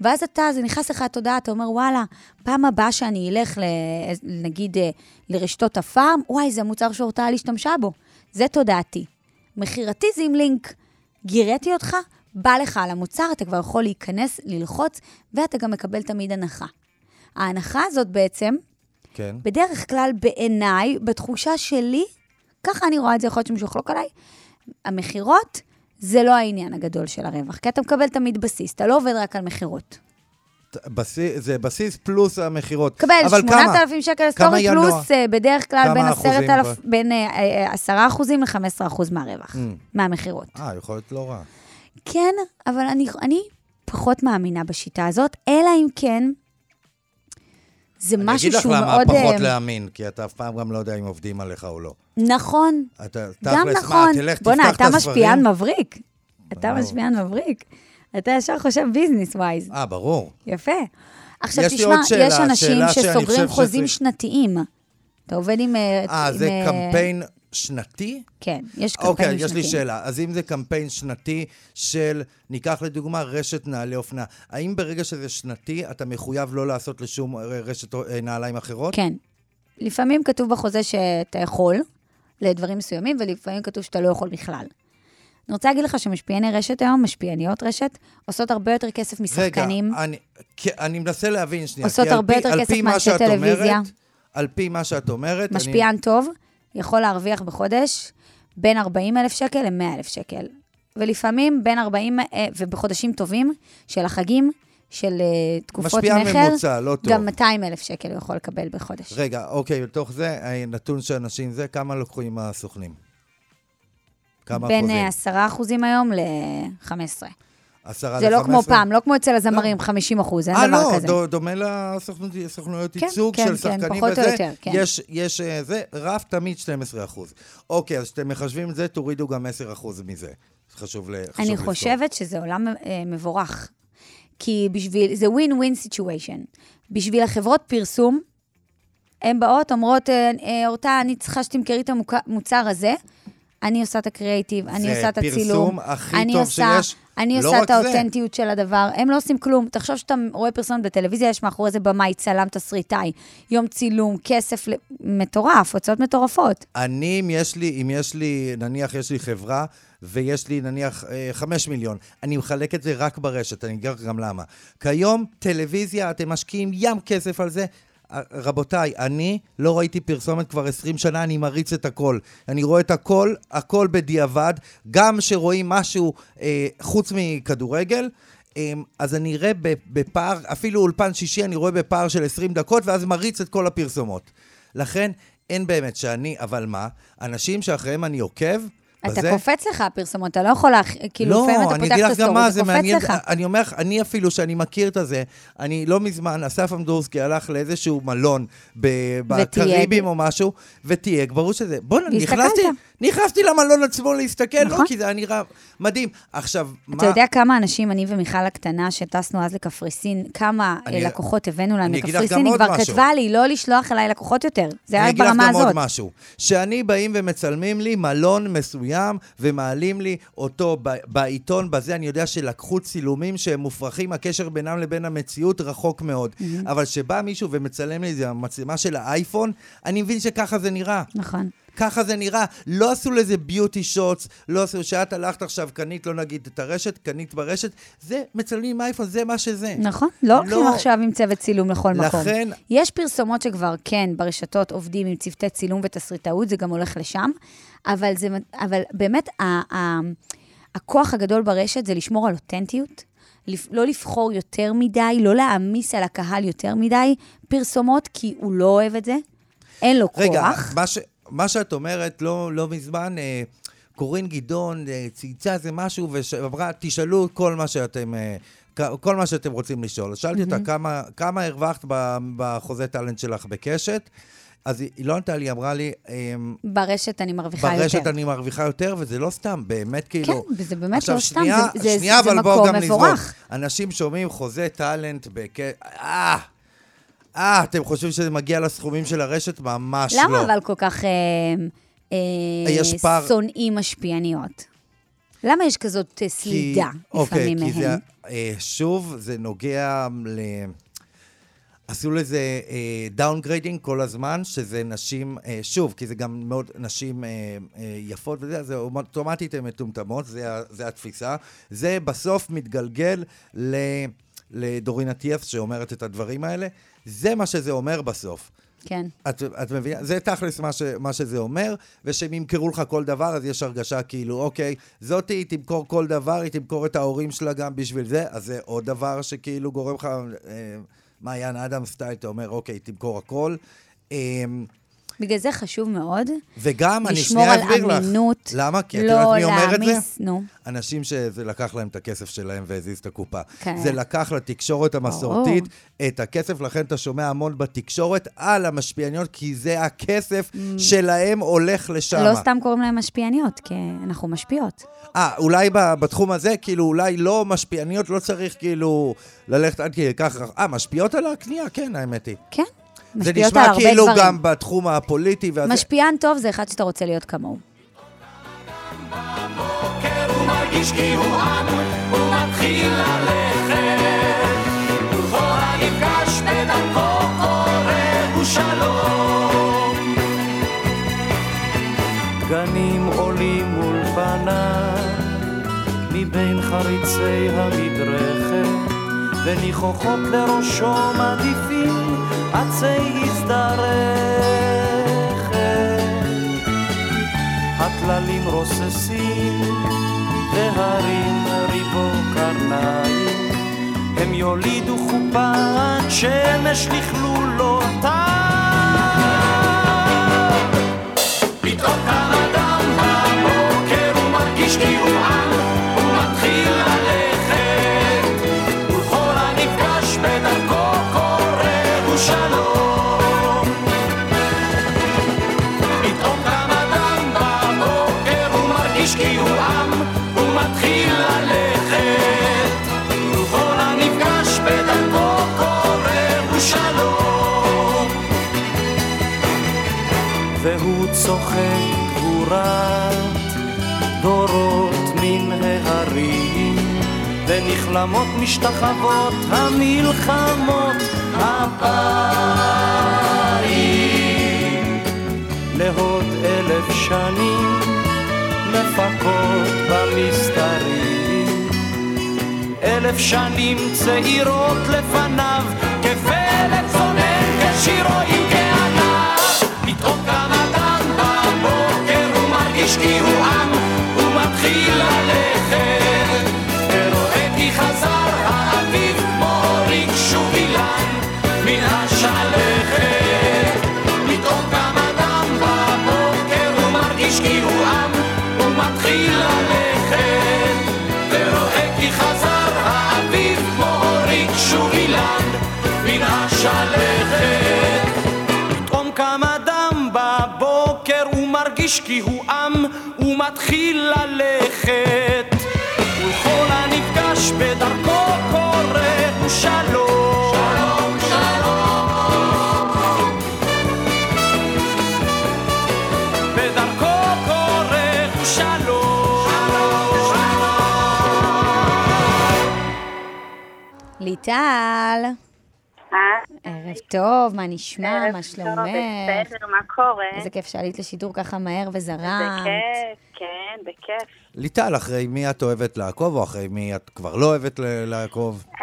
ואז אתה, זה נכנס לך לתודעה, אתה אומר, וואלה, פעם הבאה שאני אלך, ל- נגיד, אה, לרשתות הפארם, וואי, זה המוצר שאורטל השתמשה בו. זה תודעתי. מכירתי זה עם לינק. גיריתי אותך, בא לך על המוצר, אתה כבר יכול להיכנס, ללחוץ, ואתה גם מקבל תמיד הנחה. ההנחה הזאת בעצם, כן. בדרך כלל, בעיניי, בתחושה שלי, ככה אני רואה את זה, יכול להיות שמישהו יחלוק עליי, המכירות זה לא העניין הגדול של הרווח, כי אתה מקבל תמיד בסיס, אתה לא עובד רק על מכירות. בסיס, זה בסיס פלוס המכירות. תקבל אבל כמה? 8,000 שקל כמה סטורי ינוע? פלוס, אה, בדרך כלל כמה בין, אחוזים 10,000 ב- בין אה, אה, 10% ל-15% Mm. מהרווח, מהמכירות. אה, יכול להיות לא רע. כן, אבל אני, אני פחות מאמינה בשיטה הזאת, אלא אם כן, זה משהו שהוא מאוד... אני אגיד לך למה פחות אה, להאמין, כי אתה אף פעם גם לא יודע אם עובדים עליך או לא. נכון, אתה, גם תכלס, נכון. מה, תלך, תפתח בוא'נה, את אתה הספרים. משפיען מבריק. אתה ברור. משפיען מבריק. אתה ישר חושב ביזנס ווייז. אה, ברור. יפה. עכשיו יש לי תשמע, עוד שאלה, יש אנשים שאלה שאני שסוגרים חושב חוזים שזה- שנתיים. אתה עובד עם... אה, עם, זה אה, קמפיין שנתי? כן, יש קמפיין אוקיי, שנתי. יש לי שאלה. אז אם זה קמפיין שנתי של, ניקח לדוגמה רשת נעלי אופנה, האם ברגע שזה שנתי, אתה מחויב לא לעשות לשום אה, רשת אה, נעליים אחרות? כן. לפעמים כתוב בחוזה שאתה יכול לדברים מסוימים, ולפעמים כתוב שאתה לא יכול בכלל. אני רוצה להגיד לך שמשפיעני רשת היום, משפיעניות רשת, עושות הרבה יותר כסף משחקנים. רגע, אני, כי, אני מנסה להבין שנייה. כן, עושות כי על הרבה פי- יותר על כסף פי מה מאנשי שאת אומרת- טלוויזיה. על פי מה שאת אומרת, אני- משפיען טוב יכול להרוויח בחודש בין 40 אלף שקל ל-100 אלף שקל. ולפעמים בין 40, אה, ובחודשים טובים של החגים, של אה, תקופות מכר, משפיען ממוצע, לא טוב. גם 200 אלף שקל הוא יכול לקבל בחודש. רגע, אוקיי, בתוך זה, אה, נתון של אנשים זה, כמה לוקחים הסוכנים? כמה בין אחוזים? אה, אה, 10 אחוזים היום ל-15. עשרה זה לא ל-15? כמו פעם, לא כמו אצל הזמרים, 50 אחוז, אין דבר כזה. אה, לא, דו- דומה לסוכנויות כן, ייצוג כן, של כן, שחקנים פחות או וזה. יותר, כן. יש, יש, אה, זה, רף תמיד 12 אחוז. אוקיי, אז כשאתם מחשבים את זה, תורידו גם 10 אחוז מזה. חשוב ל- חשוב אני לזכור. חושבת שזה עולם אה, מבורך. כי בשביל, זה ווין ווין סיטואשן. בשביל החברות פרסום, הן באות, אומרות, אה, אה, אורתה, אני צריכה שתמכרי את המוק- המוצר הזה, אני עושה את הקריאיטיב, אני זה עושה את פרסום הצילום. הכי אני טוב עושה, שיש. אני לא עושה רק את זה. האותנטיות של הדבר, הם לא עושים כלום. תחשוב שאתה רואה פרסומת בטלוויזיה, יש מאחורי זה במאי, צלם, תסריטאי, יום צילום, כסף ל- מטורף, הוצאות מטורפות. אני, אם יש לי, אם יש לי, נניח יש לי חברה, ויש לי נניח אה, חמש מיליון, אני מחלק את זה רק ברשת, אני אגר גם למה. כיום, טלוויזיה, אתם משקיעים ים כסף על זה. אה, רבותיי, אני לא ראיתי פרסומת כבר 20 שנה, אני מריץ את הכל. אני רואה את הכל, הכל בדיעבד, גם שרואים משהו אה, חוץ מכדורגל. אמ, אז אני אראה ב- בפער, אפילו אולפן שישי, אני רואה בפער של 20 דקות, ואז מריץ את כל הפרסומות. לכן, אין באמת שאני, אבל מה? אנשים שאחריהם אני עוקב, אתה בזה... קופץ לך הפרסומות, אתה לא יכול, להכ- כאילו, לפעמים אתה פותח את הסטורי, זה קופץ מעניין, לך. אני אומר לך, אני אפילו, שאני מכיר את הזה, אני לא מזמן, אסף עמדורסקי הלך לאיזשהו מלון ב- בקריבים או משהו, ותייג, ברור שזה. בוא'נה, והסתכלת. נכנסתי, נכנסתי למלון עצמו להסתכל, לא נכון. כי זה היה נראה מדהים. עכשיו, מה... אתה יודע כמה אנשים, אני ומיכל הקטנה, שטסנו אז לקפריסין, כמה אני- אני, לקוחות הבאנו לנו אני אגיד לך גם לקפריסין, היא עוד כבר משהו. כתבה לי לא לשלוח אליי לקוחות יותר. זה היה ברמה אני אגיד לך הזאת. גם עוד משהו. שאני באים ומצלמים לי מלון מסוים, ומעלים לי אותו ב- בעיתון, בזה אני יודע שלקחו צילומים שהם מופרכים, הקשר בינם לבין המציאות רחוק מאוד. Mm-hmm. אבל כשבא מישהו ומצלם לי את זה, המצלמה של האייפון, אני מבין שככה זה נראה. נכון. ככה זה נראה. לא עשו לזה ביוטי שוטס, לא עשו, שאת הלכת עכשיו, קנית, לא נגיד את הרשת, קנית ברשת, זה, מצלמים עם אייפון, זה מה שזה. נכון, לא הולכים עכשיו עם צוות צילום לכל מקום. לכן- יש פרסומות שכבר, כן, ברשתות עובדים עם צוותי צילום ותסריטאות, זה גם הולך לשם, אבל, זה, אבל באמת, ה, ה, הכוח הגדול ברשת זה לשמור על אותנטיות, לפ- לא לבחור יותר מדי, לא להעמיס על הקהל יותר מדי פרסומות, כי הוא לא אוהב את זה, אין לו רגע, כוח. מה, ש, מה שאת אומרת, לא, לא מזמן, אה, קורין גדעון אה, צייצה איזה משהו, ואמרה, תשאלו כל מה שאתם... אה, כ- כל מה שאתם רוצים לשאול. שאלתי אותה, "כמה- כמה הרווחת ב- בחוזה טאלנט שלך בקשת? אז היא היא לא ענתה לי, היא אמרה לי, "אמ, ברשת אני מרוויחה יותר. ברשת אני מרוויחה יותר, וזה לא סתם, באמת כאילו... וזה באמת עכשיו, לא סתם, שנייה- זה- זה- שנייה, זה אבל בואו מקום גם נזרוק. מבורך. אנשים שומעים חוזה טאלנט בכ... אה! אה, אתם חושבים שזה מגיע לסכומים של הרשת? ממש לא. למה אבל כל כך אה, אה, יש פער- שונאים משפיעניות? למה יש כזאת אה, סלידה לפעמים אוקיי, כי זה, מהן? אה, שוב, זה נוגע ל... עשו לזה דאונגריידינג כל הזמן, שזה נשים, אה, שוב, כי זה גם מאוד נשים אה, אה, יפות וזה, אז זה אוטומטית הן מטומטמות, זה, ה- זה התפיסה. זה בסוף מתגלגל ל, לדורין אטיאס שאומרת את הדברים האלה. זה מה שזה אומר בסוף. כן. את, את מבינה? זה תכלס מה, ש, מה שזה אומר, ושהם ימכרו לך כל דבר, אז יש הרגשה כאילו, אוקיי, זאתי היא תמכור כל דבר, היא תמכור את ההורים שלה גם בשביל זה, אז זה עוד דבר שכאילו גורם לך, אה, מעיין אדם סטייל, אתה אומר, אוקיי, תמכור הכל. אה, בגלל זה חשוב מאוד וגם, אני לשמור שנייה על אסביר לך. אמינות, למה? כי את לא יודעת מי אומר את זה? להעמיס, נו. אנשים שזה לקח להם את הכסף שלהם והזיז את הקופה. כן. זה לקח לתקשורת המסורתית את הכסף, לכן אתה שומע המון בתקשורת על המשפיעניות, כי זה הכסף שלהם הולך לשם. Mm. לא סתם קוראים להן משפיעניות, כי אנחנו משפיעות. אה, אולי ב- בתחום הזה, כאילו, אולי לא משפיעניות, לא צריך כאילו ללכת עד כדי כך... רח- אה, משפיעות על הקנייה? כן, האמת היא. כן, זה משפיעות על נשמע הרבה כאילו דברים. גם בתחום הפוליטי. והזה- משפיען טוב זה אחד שאתה רוצה להיות כמוהו. בבוקר הוא מרגיש כי הוא עם, הוא מתחיל ללכת. ובכל הנפגש בדרכו קורא הוא שלום. גנים עולים ולפניו, מבין חריצי המדרכת, וניחוחות לראשו מעדיפים עצי הזדרכת. הטללים רוססים, והרים ריבו קרניים, הם יולידו חופה עד שמש לכלולותיו. פתאום קם אדם בבוקר, הוא מרגיש כי הוא עם, הוא מתחיל ללכת, ולכל הנפגש בדרכו קורא הוא שלום. פתאום קם אדם בבוקר, הוא מרגיש כי הוא עם, הוא מתחיל ללכת. וכל הנפגש בדרכו קורא הוא שלום. והוא צוחק גבורת דורות מן ההרים, ונכלמות משתחוות המלחמות הבאים. לעוד אלף שנים, לפחות במסתרים. אלף שנים צעירות לפניו, כפלט צונן, כשירואים כענב. פתאום קם אדם בבוקר, הוא מרגיש כי הוא עם, הוא מתחיל ללכת. ורואה כי חזר האביב, מוריק שוב אילן, מן השלכת. פתאום קם אדם בבוקר, הוא מרגיש כי הוא עם, הוא מתחיל ללכת. ורואה כי חזר האביב, מוריק שוב אילן, מן השלכת. פתאום קם אדם בבוקר, הוא מרגיש כי הוא עם, הוא מתחיל ללכת. ולכל הנפגש בדרכו קורא הוא שלום. שלום, שלום. בדרכו קורא הוא שלום. שלום, שלום. ליטל, אה? ערב טוב, מה נשמע, מה ערב טוב, שלומך? בסדר, מה קורה? איזה כיף שעלית לשידור ככה מהר וזרמת. בכיף, כן, בכיף. ליטל, אחרי מי את אוהבת לעקוב, או אחרי מי את כבר לא אוהבת ל- לעקוב? אמ,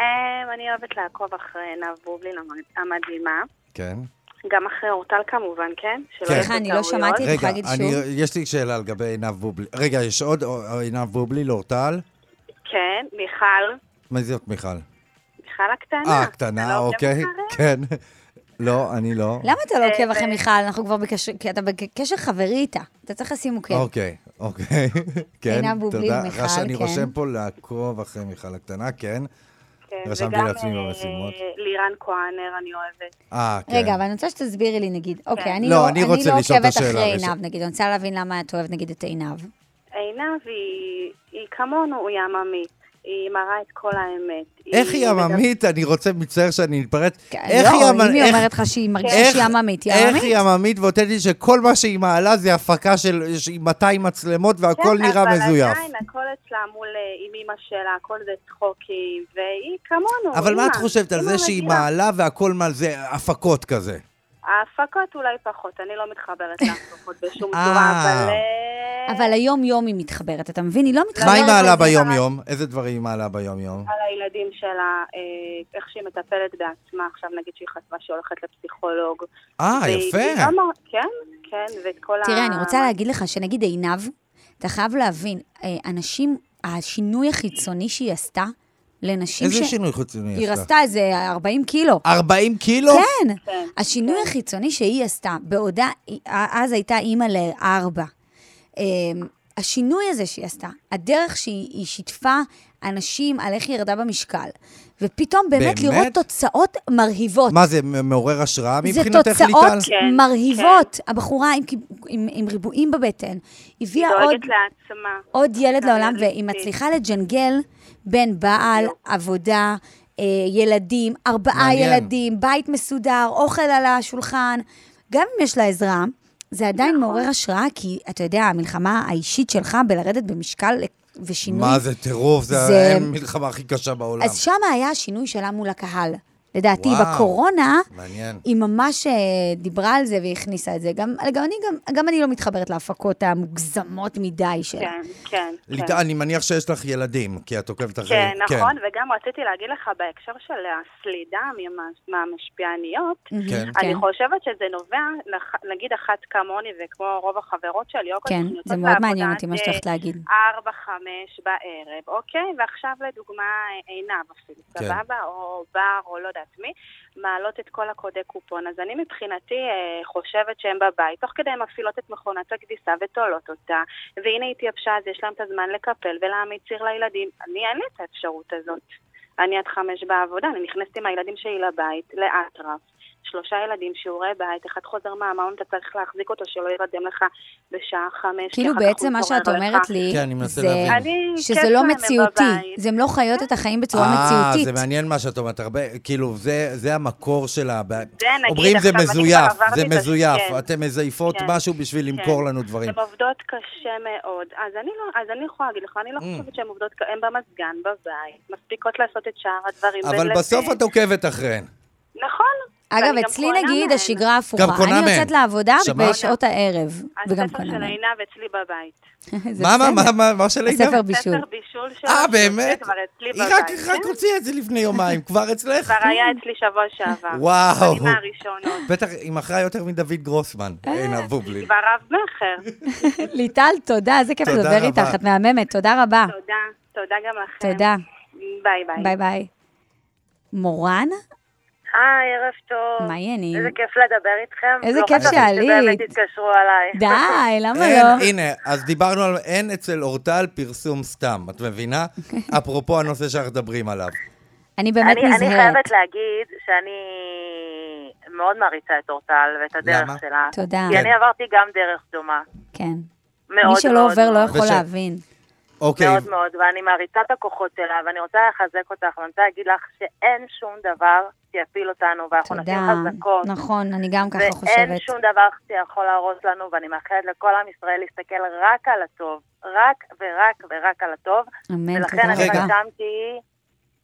אני אוהבת לעקוב אחרי עינב בובלין המ- המדהימה. כן. גם אחרי אורטל כמובן, כן? שלא כן. יהיו סליחה, פה אני לא טעויות. שמעתי. את יכולה רגע, להגיד אני, שוב? יש לי שאלה לגבי עינב בובלי. רגע, יש עוד או- עינב בובלי, לאורטל? כן, מיכל, מי זאת מיכל? מיכל הקטנה. אה, אתה קטנה, לא עוקב אוקיי. אחריה? כן. לא, אני לא. למה אתה לא עוקב אה, אחרי אה. מיכל? אנחנו כבר בקשר, כי אתה בקשר חברי איתה. אתה צריך לשים מוקד. אוקיי, אוקיי. כן, עינב בובלי, תודה. מיכל, רש- אני כן. רושם פה לעקוב אחרי מיכל הקטנה, כן. כן. רשמתי וגם, לעצמי אה, במשימות. לירן כהנר אני אוהבת. אה, כן. רגע, אבל אני רוצה שתסבירי לי, נגיד, אוקיי, אני לא, לא אני אני רוצה לא לשאול את עוקבת השאלה אחרי הראשונה. עינב, נגיד, אני רוצה להבין למה את אוהבת, נגיד, את עינב. עינב היא, היא כמונו, היא עממית. היא מראה את כל האמת. איך היא עממית? אני רוצה, מצטער שאני מתפרץ. איך לא, עממ- אם היא איך- אומרת לך שהיא כן. מרגישה איך- שהיא עממית, היא איך עממית? היא עממית ואותנטית שכל מה שהיא מעלה זה הפקה של של 200 מצלמות והכל נראה כן, אבל מזויף. עדיין לא הכל אצלה מול אה, עם אימא שלה, הכל זה צחוקים, והיא כמונו. אבל מה אימא, את חושבת על אימא זה שהיא רגילה. מעלה והכל מה זה הפקות כזה? ההפקות אולי פחות, אני לא מתחברת להפקות בשום אה. צורה, אבל... אה, אבל היום-יום היא מתחברת, אתה מבין? היא לא מתחברת. מה היא מעלה זה ביום-יום? איזה דברים היא מעלה ביום-יום? על הילדים שלה, אה, איך שהיא מטפלת בעצמה, עכשיו נגיד שהיא חשפה שהיא הולכת לפסיכולוג. אה, והיא- יפה. היא לא מר- כן, כן, ואת כל ה... תראה, אני רוצה להגיד לך שנגיד עינב, אתה חייב להבין, אה, אנשים, השינוי החיצוני שהיא עשתה לנשים איזה ש- שינוי חיצוני היא יש לה? עשתה איזה 40 קילו. 40 קילו? כן. כן. השינוי החיצוני שהיא עשתה, בעודה, היא- אז הייתה אימא לארבע. אמ, השינוי הזה שהיא עשתה, הדרך שהיא היא שיתפה אנשים על איך היא ירדה במשקל, ופתאום באמת, באמת? לראות תוצאות מרהיבות. מה זה, מ- מעורר השראה זה מבחינתך, ליטל? תוצאות כן, מרהיבות. הבחורה עם, קיב- עם, עם ריבועים בבטן, הביאה עוד, דואגת לעצמה. עוד ילד גם לעולם, והיא ילדים. כן. מצליחה לג'נגל בין בעל, עבודה, אה, ילדים, ארבעה מעניין. ילדים, בית מסודר, אוכל על השולחן. גם אם יש לה עזרה, זה נכון. עדיין מעורר השראה, כי אתה יודע, המלחמה האישית שלך בלרדת במשקל ושינוי, מה זה טירוף? זה זה- המלחמה הכי קשה בעולם. אז שם היה השינוי שלה מול הקהל. לדעתי, וואו, בקורונה, מעניין. היא ממש אה, דיברה על זה והכניסה את זה. גם, גם, אני, גם, גם אני לא מתחברת להפקות המוגזמות מדי שלה. כן, כן. ליטל, כן. אני מניח שיש לך ילדים, כי את עוקבת אחרי... כן, נכון, וגם רציתי להגיד לך בהקשר של הסלידה ממה- מהמשפיעניות, כן. אני חושבת שזה נובע, נח- נגיד אחת כמוני וכמו רוב החברות שלי, אוקיי, כן, אנחנו יוצאות זה מאוד לעבודה מעניין אותי עד, מה שאת הולכת אה, להגיד. ארבע, חמש בערב, אוקיי? ועכשיו לדוגמה עינב אפילו, כן. סבבה? או בר, או לא יודעת מי, מעלות את כל הקודי קופון. אז אני מבחינתי אה, חושבת שהן בבית, תוך כדי הן מפעילות את מכונת הכביסה ותולות אותה, והנה היא התייבשה, אז יש להן את הזמן לקפל ולהעמיד ציר לילדים. אני, אין לי את האפשרות הזאת. אני עד חמש בעבודה, אני נכנסת עם הילדים שלי לבית, לאטרף. שלושה ילדים, שיעורי בית, אחד חוזר מהמעון, אתה צריך להחזיק אותו שלא ירדם לך בשעה חמש. כי כאילו אחר כך הוא בעצם מה יתעורר שאת לך. אומרת לי, כן, אני מנסה זה להבין. אה, אני, שזה כיף לא להם, הם מציאותי, בבית. זה הם לא חיות את החיים בצורה זה מציאותית. מעניין מה שאת אומרת, הרבה, כאילו, זה, זה המקור של ה... זה, נגיד, אומרים זה עכשיו, אני מזויף, כבר עברתי זה את ה- מזויף, כן. אתן מזייפות כן. משהו בשביל למכור לנו דברים. הן עובדות קשה מאוד. אז אני, לא, אז אני יכולה להגיד לך, אני לא Mm. חושבת שהן עובדות, הן במזגן, בבית, מספיקות לעשות את שאר הדברים. אבל בין בסוף לבין. את עוקבת אחריהן. נכון. אגב, ואני גם אצלי קונה נגיד מהן. השגרה גם הפוכה. קונה אני מהן. יוצאת לעבודה שמעת? בשעות הערב, וגם הספר קונה של מהן. עינב אצלי בבית. זה מה, מה, מה, בסדר. מה, מה של עינב? הספר בישול. ספר בישול שלה. אה, שיוצא באמת? כבר אצלי היא בבית. רק, רק כן. הוציאה את זה לפני יומיים, כבר אצלך? כבר היה אצלי שבוע שעבר. וואו. אני מהראשונות. בטח היא מכרה יותר מדוד גרוסמן, אה, עינב בובליל. כבר רב מכר. ליטל, תודה, זה כיף תודה לדבר רבה. איתך, את מהממת, תודה רבה. תודה. תודה גם לכם. תודה, ביי ביי. ביי ביי. מורן? היי, ערב טוב. מה העניינים? איזה כיף לדבר איתכם. איזה לא כיף חשבתי שעלית. שבאמת התקשרו עליי. די, למה אין, לא? הנה, אז דיברנו על, אין אצל אורטל פרסום סתם, את מבינה? אוקיי. אפרופו הנושא שאנחנו מדברים עליו. אוקיי, אני באמת אני, אני נזהרת. חייבת להגיד שאני מאוד מעריצה את אורטל ואת הדרך למה? שלה. תודה. כי כן. אני עברתי גם דרך דומה. כן. מאוד מי מאוד, שלא עובר לא מאוד. יכול וש- להבין. אוקיי, מאוד מאוד, ואני מעריצה את הכוחות שלה, ואני רוצה לחזק אותך, ואני רוצה להגיד לך שאין שום דבר שיפיל אותנו, ואנחנו נשים תודה. חזקות. נכון, אני גם ככה ואין חושבת. שום דבר שיכול להרוס לנו, ואני מאחלת לכל עם ישראל להסתכל רק על הטוב. רק ורק ורק על הטוב. אמן, ולכן תודה אני רגע. רבה. חשמתי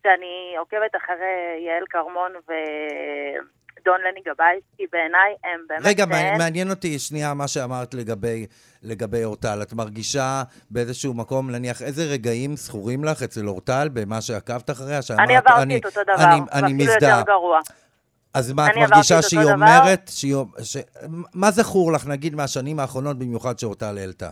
שאני עוקבת אחרי יעל כרמון ודון לני גבאי, כי בעיניי הם באמת... רגע, שאין- מע- מעניין אותי שנייה מה שאמרת לגבי, לגבי אורטל. את מרגישה באיזשהו מקום, נניח, איזה רגעים זכורים לך אצל אורטל במה שעקבת אחריה? שאמרת, אני עברתי את אותו דבר, אני, אני ואפילו מזדהה. יותר גרוע. אז מה, את אני עברתי מרגישה את אותו שהיא דבר. אומרת, שהיא, ש, מה זכור לך, נגיד, מהשנים האחרונות, במיוחד שאורטל העלתה?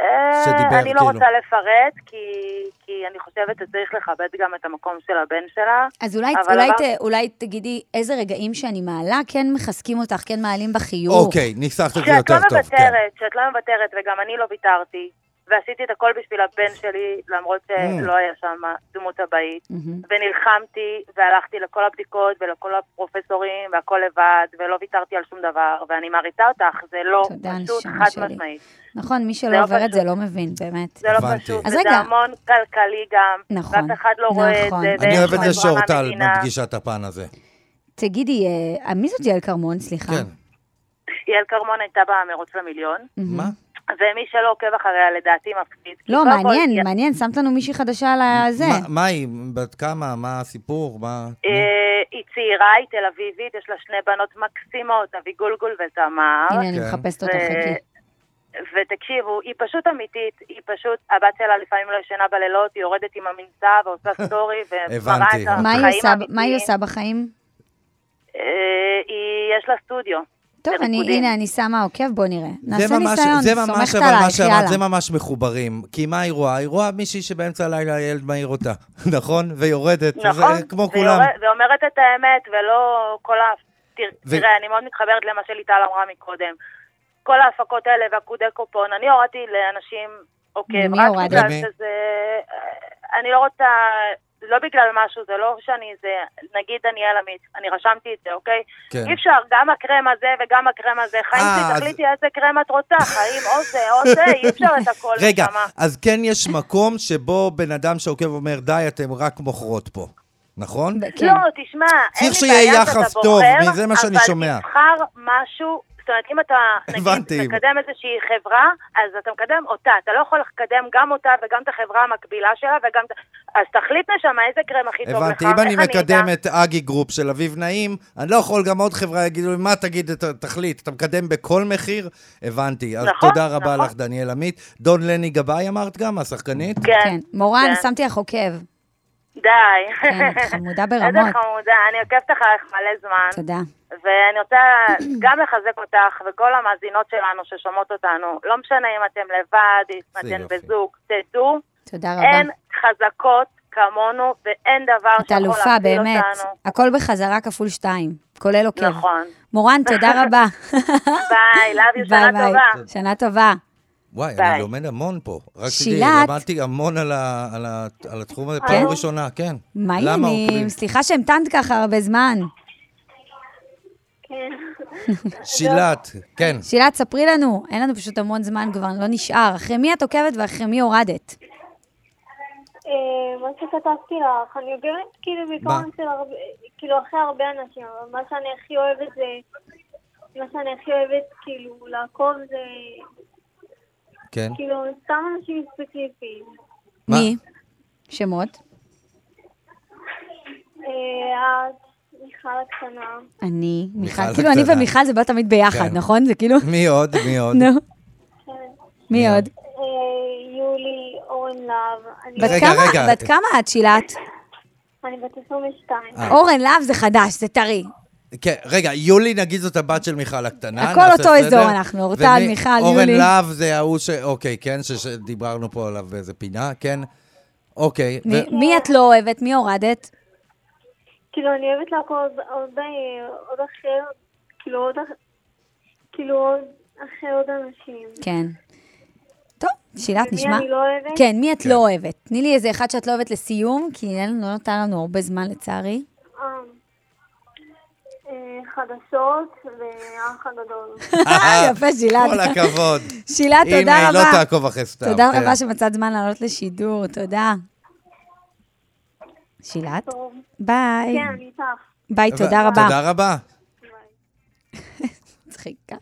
אה, שדיבר, אני לא כאילו. רוצה לפרט, כי- כי אני חושבת שצריך לכבד גם את המקום של הבן שלה. אז אולי, אבל אולי, עברתי- ת, אולי תגידי איזה רגעים שאני מעלה, כן מחזקים אותך, כן מעלים בחיוך. אוקיי, ניסחת את זה שאת יותר לא טוב. כן. מוותרת, שאת לא מוותרת, וגם אני לא ויתרתי. ועשיתי את הכל בשביל הבן שלי, למרות Mm. שלא היה שם דמות אבאית. Mm-hmm. ונלחמתי, והלכתי לכל הבדיקות ולכל הפרופסורים והכל לבד, ולא ויתרתי על שום דבר, ואני מעריצה אותך, זה לא תודה, פשוט נשמה חד שלי. משמעית. נכון, מי זה שלא לא עובר את זה פשוט. לא מבין, באמת. זה לא הבנתי. פשוט, אז וזה רגע. המון כלכלי גם, נכון, ואף אחד לא רואה את נכון. זה. אני ואין אוהב את זה עזרה שאורטל מהמדינה. מדגישה את הפן הזה. תגידי, אה, מי זאת יעל כרמון? סליחה. כן. יעל כרמון הייתה במרוץ למיליון, מה? Mm-hmm. ומי שלא עוקב אחריה לדעתי מפחיד. כי Mm. לא, קודם כל, מעניין, היא- מעניין, שמת לנו מישהי חדשה על הזה. מה- מה היא? בת כמה? מה הסיפור? מה? Mm. אה, היא צעירה, היא תל אביבית, יש לה שני בנות מקסימות, אביגולגול ותמר. הנה, אני כן. מחפשת אותה, ו- חכי. ותקשיבו, היא פשוט אמיתית, היא פשוט, הבת שלה לפעמים לא ישנה בלילות, היא יורדת עם המנסה ועושה סטורי ומראה הבנתי. את החיים מה היא עושה- האמיתיים. מה היא עושה בחיים? אה, היא- יש לה סטודיו. טוב, אני, בריקודים. הנה, אני שמה עוקב, בוא נראה. זה נעשה ממש- ניסיון, זה ממש, סומכת אבל מה עלייך, יאללה. שאמרת, זה ממש מחוברים. כי מה היא רואה? היא רואה מישהי שבאמצע הלילה הילד מעיר אותה, נכון? ויורדת, נכון, זה כמו והיא כולם. אומר- ואומרת את האמת, ולא כל ה... ו- תראה, תראה, אני מאוד מתחברת למה שליטל אמרה מקודם. כל ההפקות האלה והקודי קופון, אני הורדתי לאנשים עוקב, למי רק הורדת? בגלל למי? שזה... אני לא רוצה... לא בגלל משהו, זה לא שאני זה... נגיד דניאל עמית, אני רשמתי את זה, אוקיי? כן. אי אפשר, גם הקרם הזה וגם הקרם הזה. חיים, אה, אז- תחליטי איזה קרם את רוצה, חיים, או זה, או זה, אי אפשר את הכל, רגע, נשמה. אז כן יש מקום שבו בן אדם שעוקב אומר, די, אתם רק מוכרות פה, נכון? ב- כן. לא, תשמע, אין צריך לי שיהיה בעיה יחס שאתה טוב, בוחר, זה מה שאני שומע. אבל תבחר משהו, זאת אומרת, אם אתה, הבנתי. נגיד, מקדם איזושהי חברה, אז אתה מקדם אותה. אתה לא יכול לקדם גם אותה וגם את החברה המקבילה שלה וגם... את- אז תחליט נשמה איזה קרם הכי טוב לך. הבנתי, אם אני איך מקדם אדע? את אגי גרופ של אביב נעים, אני לא יכול גם עוד חברה יגידו לי, מה תגיד, ת- תחליט, אתה מקדם בכל מחיר? הבנתי, אז נכון, תודה רבה נכון. לך, דניאל עמית. דון לני גבאי אמרת גם, השחקנית? כן. כן, מורן, כן. שמתי לך עוקב. די. כן, את חמודה ברמות. איזה חמודה, אני עוקבת אחריך מלא זמן. תודה. ואני רוצה גם לחזק אותך וכל המאזינות שלנו ששומעות אותנו. לא משנה אם אתם לבד, אם זה אתם יופי. בזוג, תדעו תודה רבה. אין חזקות כמונו, ואין דבר את שיכול להפיל אותנו. אלופה, באמת. כן. הכל בחזרה כפול שתיים, כולל עוקב. נכון. מורן, תודה רבה. ביי, love you, שנה טובה. שנה טובה. וואי, ביי. אני לומד המון פה. רק שתדעי, שילת. למדתי המון על ה- על ה- על התחום הזה, כן? פעם ראשונה, כן. מה למה עוקבים? העניינים? סליחה שהמתנת ככה הרבה זמן. שילת, כן. שילה, תספרי לנו. אין לנו פשוט המון זמן כבר, לא נשאר. אחרי מי את עוקבת ואחרי מי הורדת? אה, מה שכתבתי לך, אני עוגמת כאילו בעיקרון של הרבה, כאילו אחרי הרבה אנשים, אבל מה שאני הכי אוהבת זה, מה שאני הכי אוהבת כאילו לעקוב זה כן. כאילו סתם אנשים ספציפיים. מה? מי? שמות? אה, את, מיכל הקטנה, אני, מיכל. מיכל כאילו, אני הקטנה. ומיכל זה בא תמיד ביחד, כן. נכון? זה כאילו... מי עוד? מי עוד? נו. מי מי עוד? אה, יולי, אורן להב, אני- בת רגע, רגע. כמה- בת כמה את, שילת? אני בת 22. אה. אורן להב זה חדש, זה טרי. כן, רגע, יולי נגיד זאת הבת של מיכל הקטנה. הכל נעשה אותו סדר. אזור אנחנו, אורטל, ומי- מיכל, אורן יולי. להב זה ההוא ש... אוקיי, כן, ש- שדיברנו פה עליו באיזה פינה, כן. אוקיי. ו- מי- מי את לא אוהבת? מי הורדת? כאילו אני אוהבת לעקוב עוד- עוד אה, עוד אחרי, כאילו עוד אח- כאילו עוד אחרי עוד אנשים. כן. טוב, שילת ומי נשמע. אני לא אוהבת? כן, מי את לא אוהבת? תני לי איזה אחד שאת לא אוהבת לסיום, כי אין- לא נותר לנו הרבה זמן לצערי. אה, אה, חדשות והאח הגדול. אה, יפה, שילת. כל הכבוד. שילה, תודה הנה, היא רבה. לא תעקוב אחרי סתם. תודה כן. רבה שמצאת זמן לעלות לשידור, תודה. שילת? טוב, ביי. כן, אני איתך. ביי, תודה רבה. תודה רבה. מצחיקה.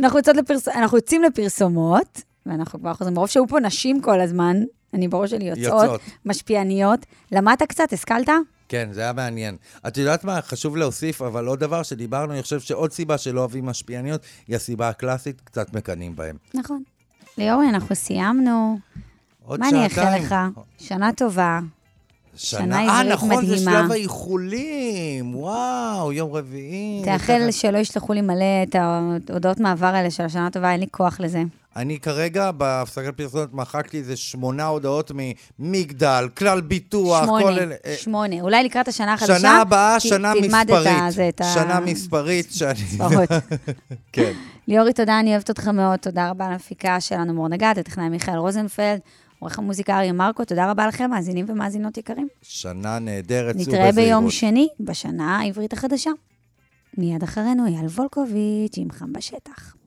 אנחנו יוצאות לפרס... אנחנו יוצאים לפרסומות, ואנחנו כבר חוזרים. מרוב שהיו פה נשים כל הזמן, אני בראש שלי יוצאות, יוצאות. משפיעניות. למדת קצת? השכלת? כן, זה היה מעניין. את יודעת מה? חשוב להוסיף, אבל עוד דבר שדיברנו, אני חושב שעוד סיבה שלא אוהבים משפיעניות, היא הסיבה הקלאסית, קצת מקנאים בהם. נכון. ליאורי, אנחנו סיימנו. עוד מה אני אאחל שעתיים. לך? שנה טובה. שנה אה, עברית נכון, זה מדהימה. שלב האיחולים. וואו, יום רביעי. תאחל שלא ישלחו לי מלא את ההודעות מעבר האלה של השנה טובה, אין לי כוח לזה. אני כרגע, בהפסקת פרסומת, מחקתי איזה שמונה הודעות ממגדל, כלל ביטוח, שמונה, כל אלה. אה, שמונה. אולי לקראת השנה החדשה, שנה הבאה, ת- שנה תלמד מספרית. את ה- זה, את ה... שנה מספרית שאני... מספרות. כן. ליאורי, תודה, אני אוהבת אותך מאוד. תודה רבה למפיקה שלנו, מור נגד, לטכנאי מיכאל רוזנפלד, עורך המוזיקה אריה מרקו, תודה רבה לכם, מאזינים ומאזינות יקרים. שנה נהדרת, סעו נתראה ביום בזהירות. שני, בשנה העברית החדשה. מיד אחרינו, אייל וולקוביץ', עם חם בשטח.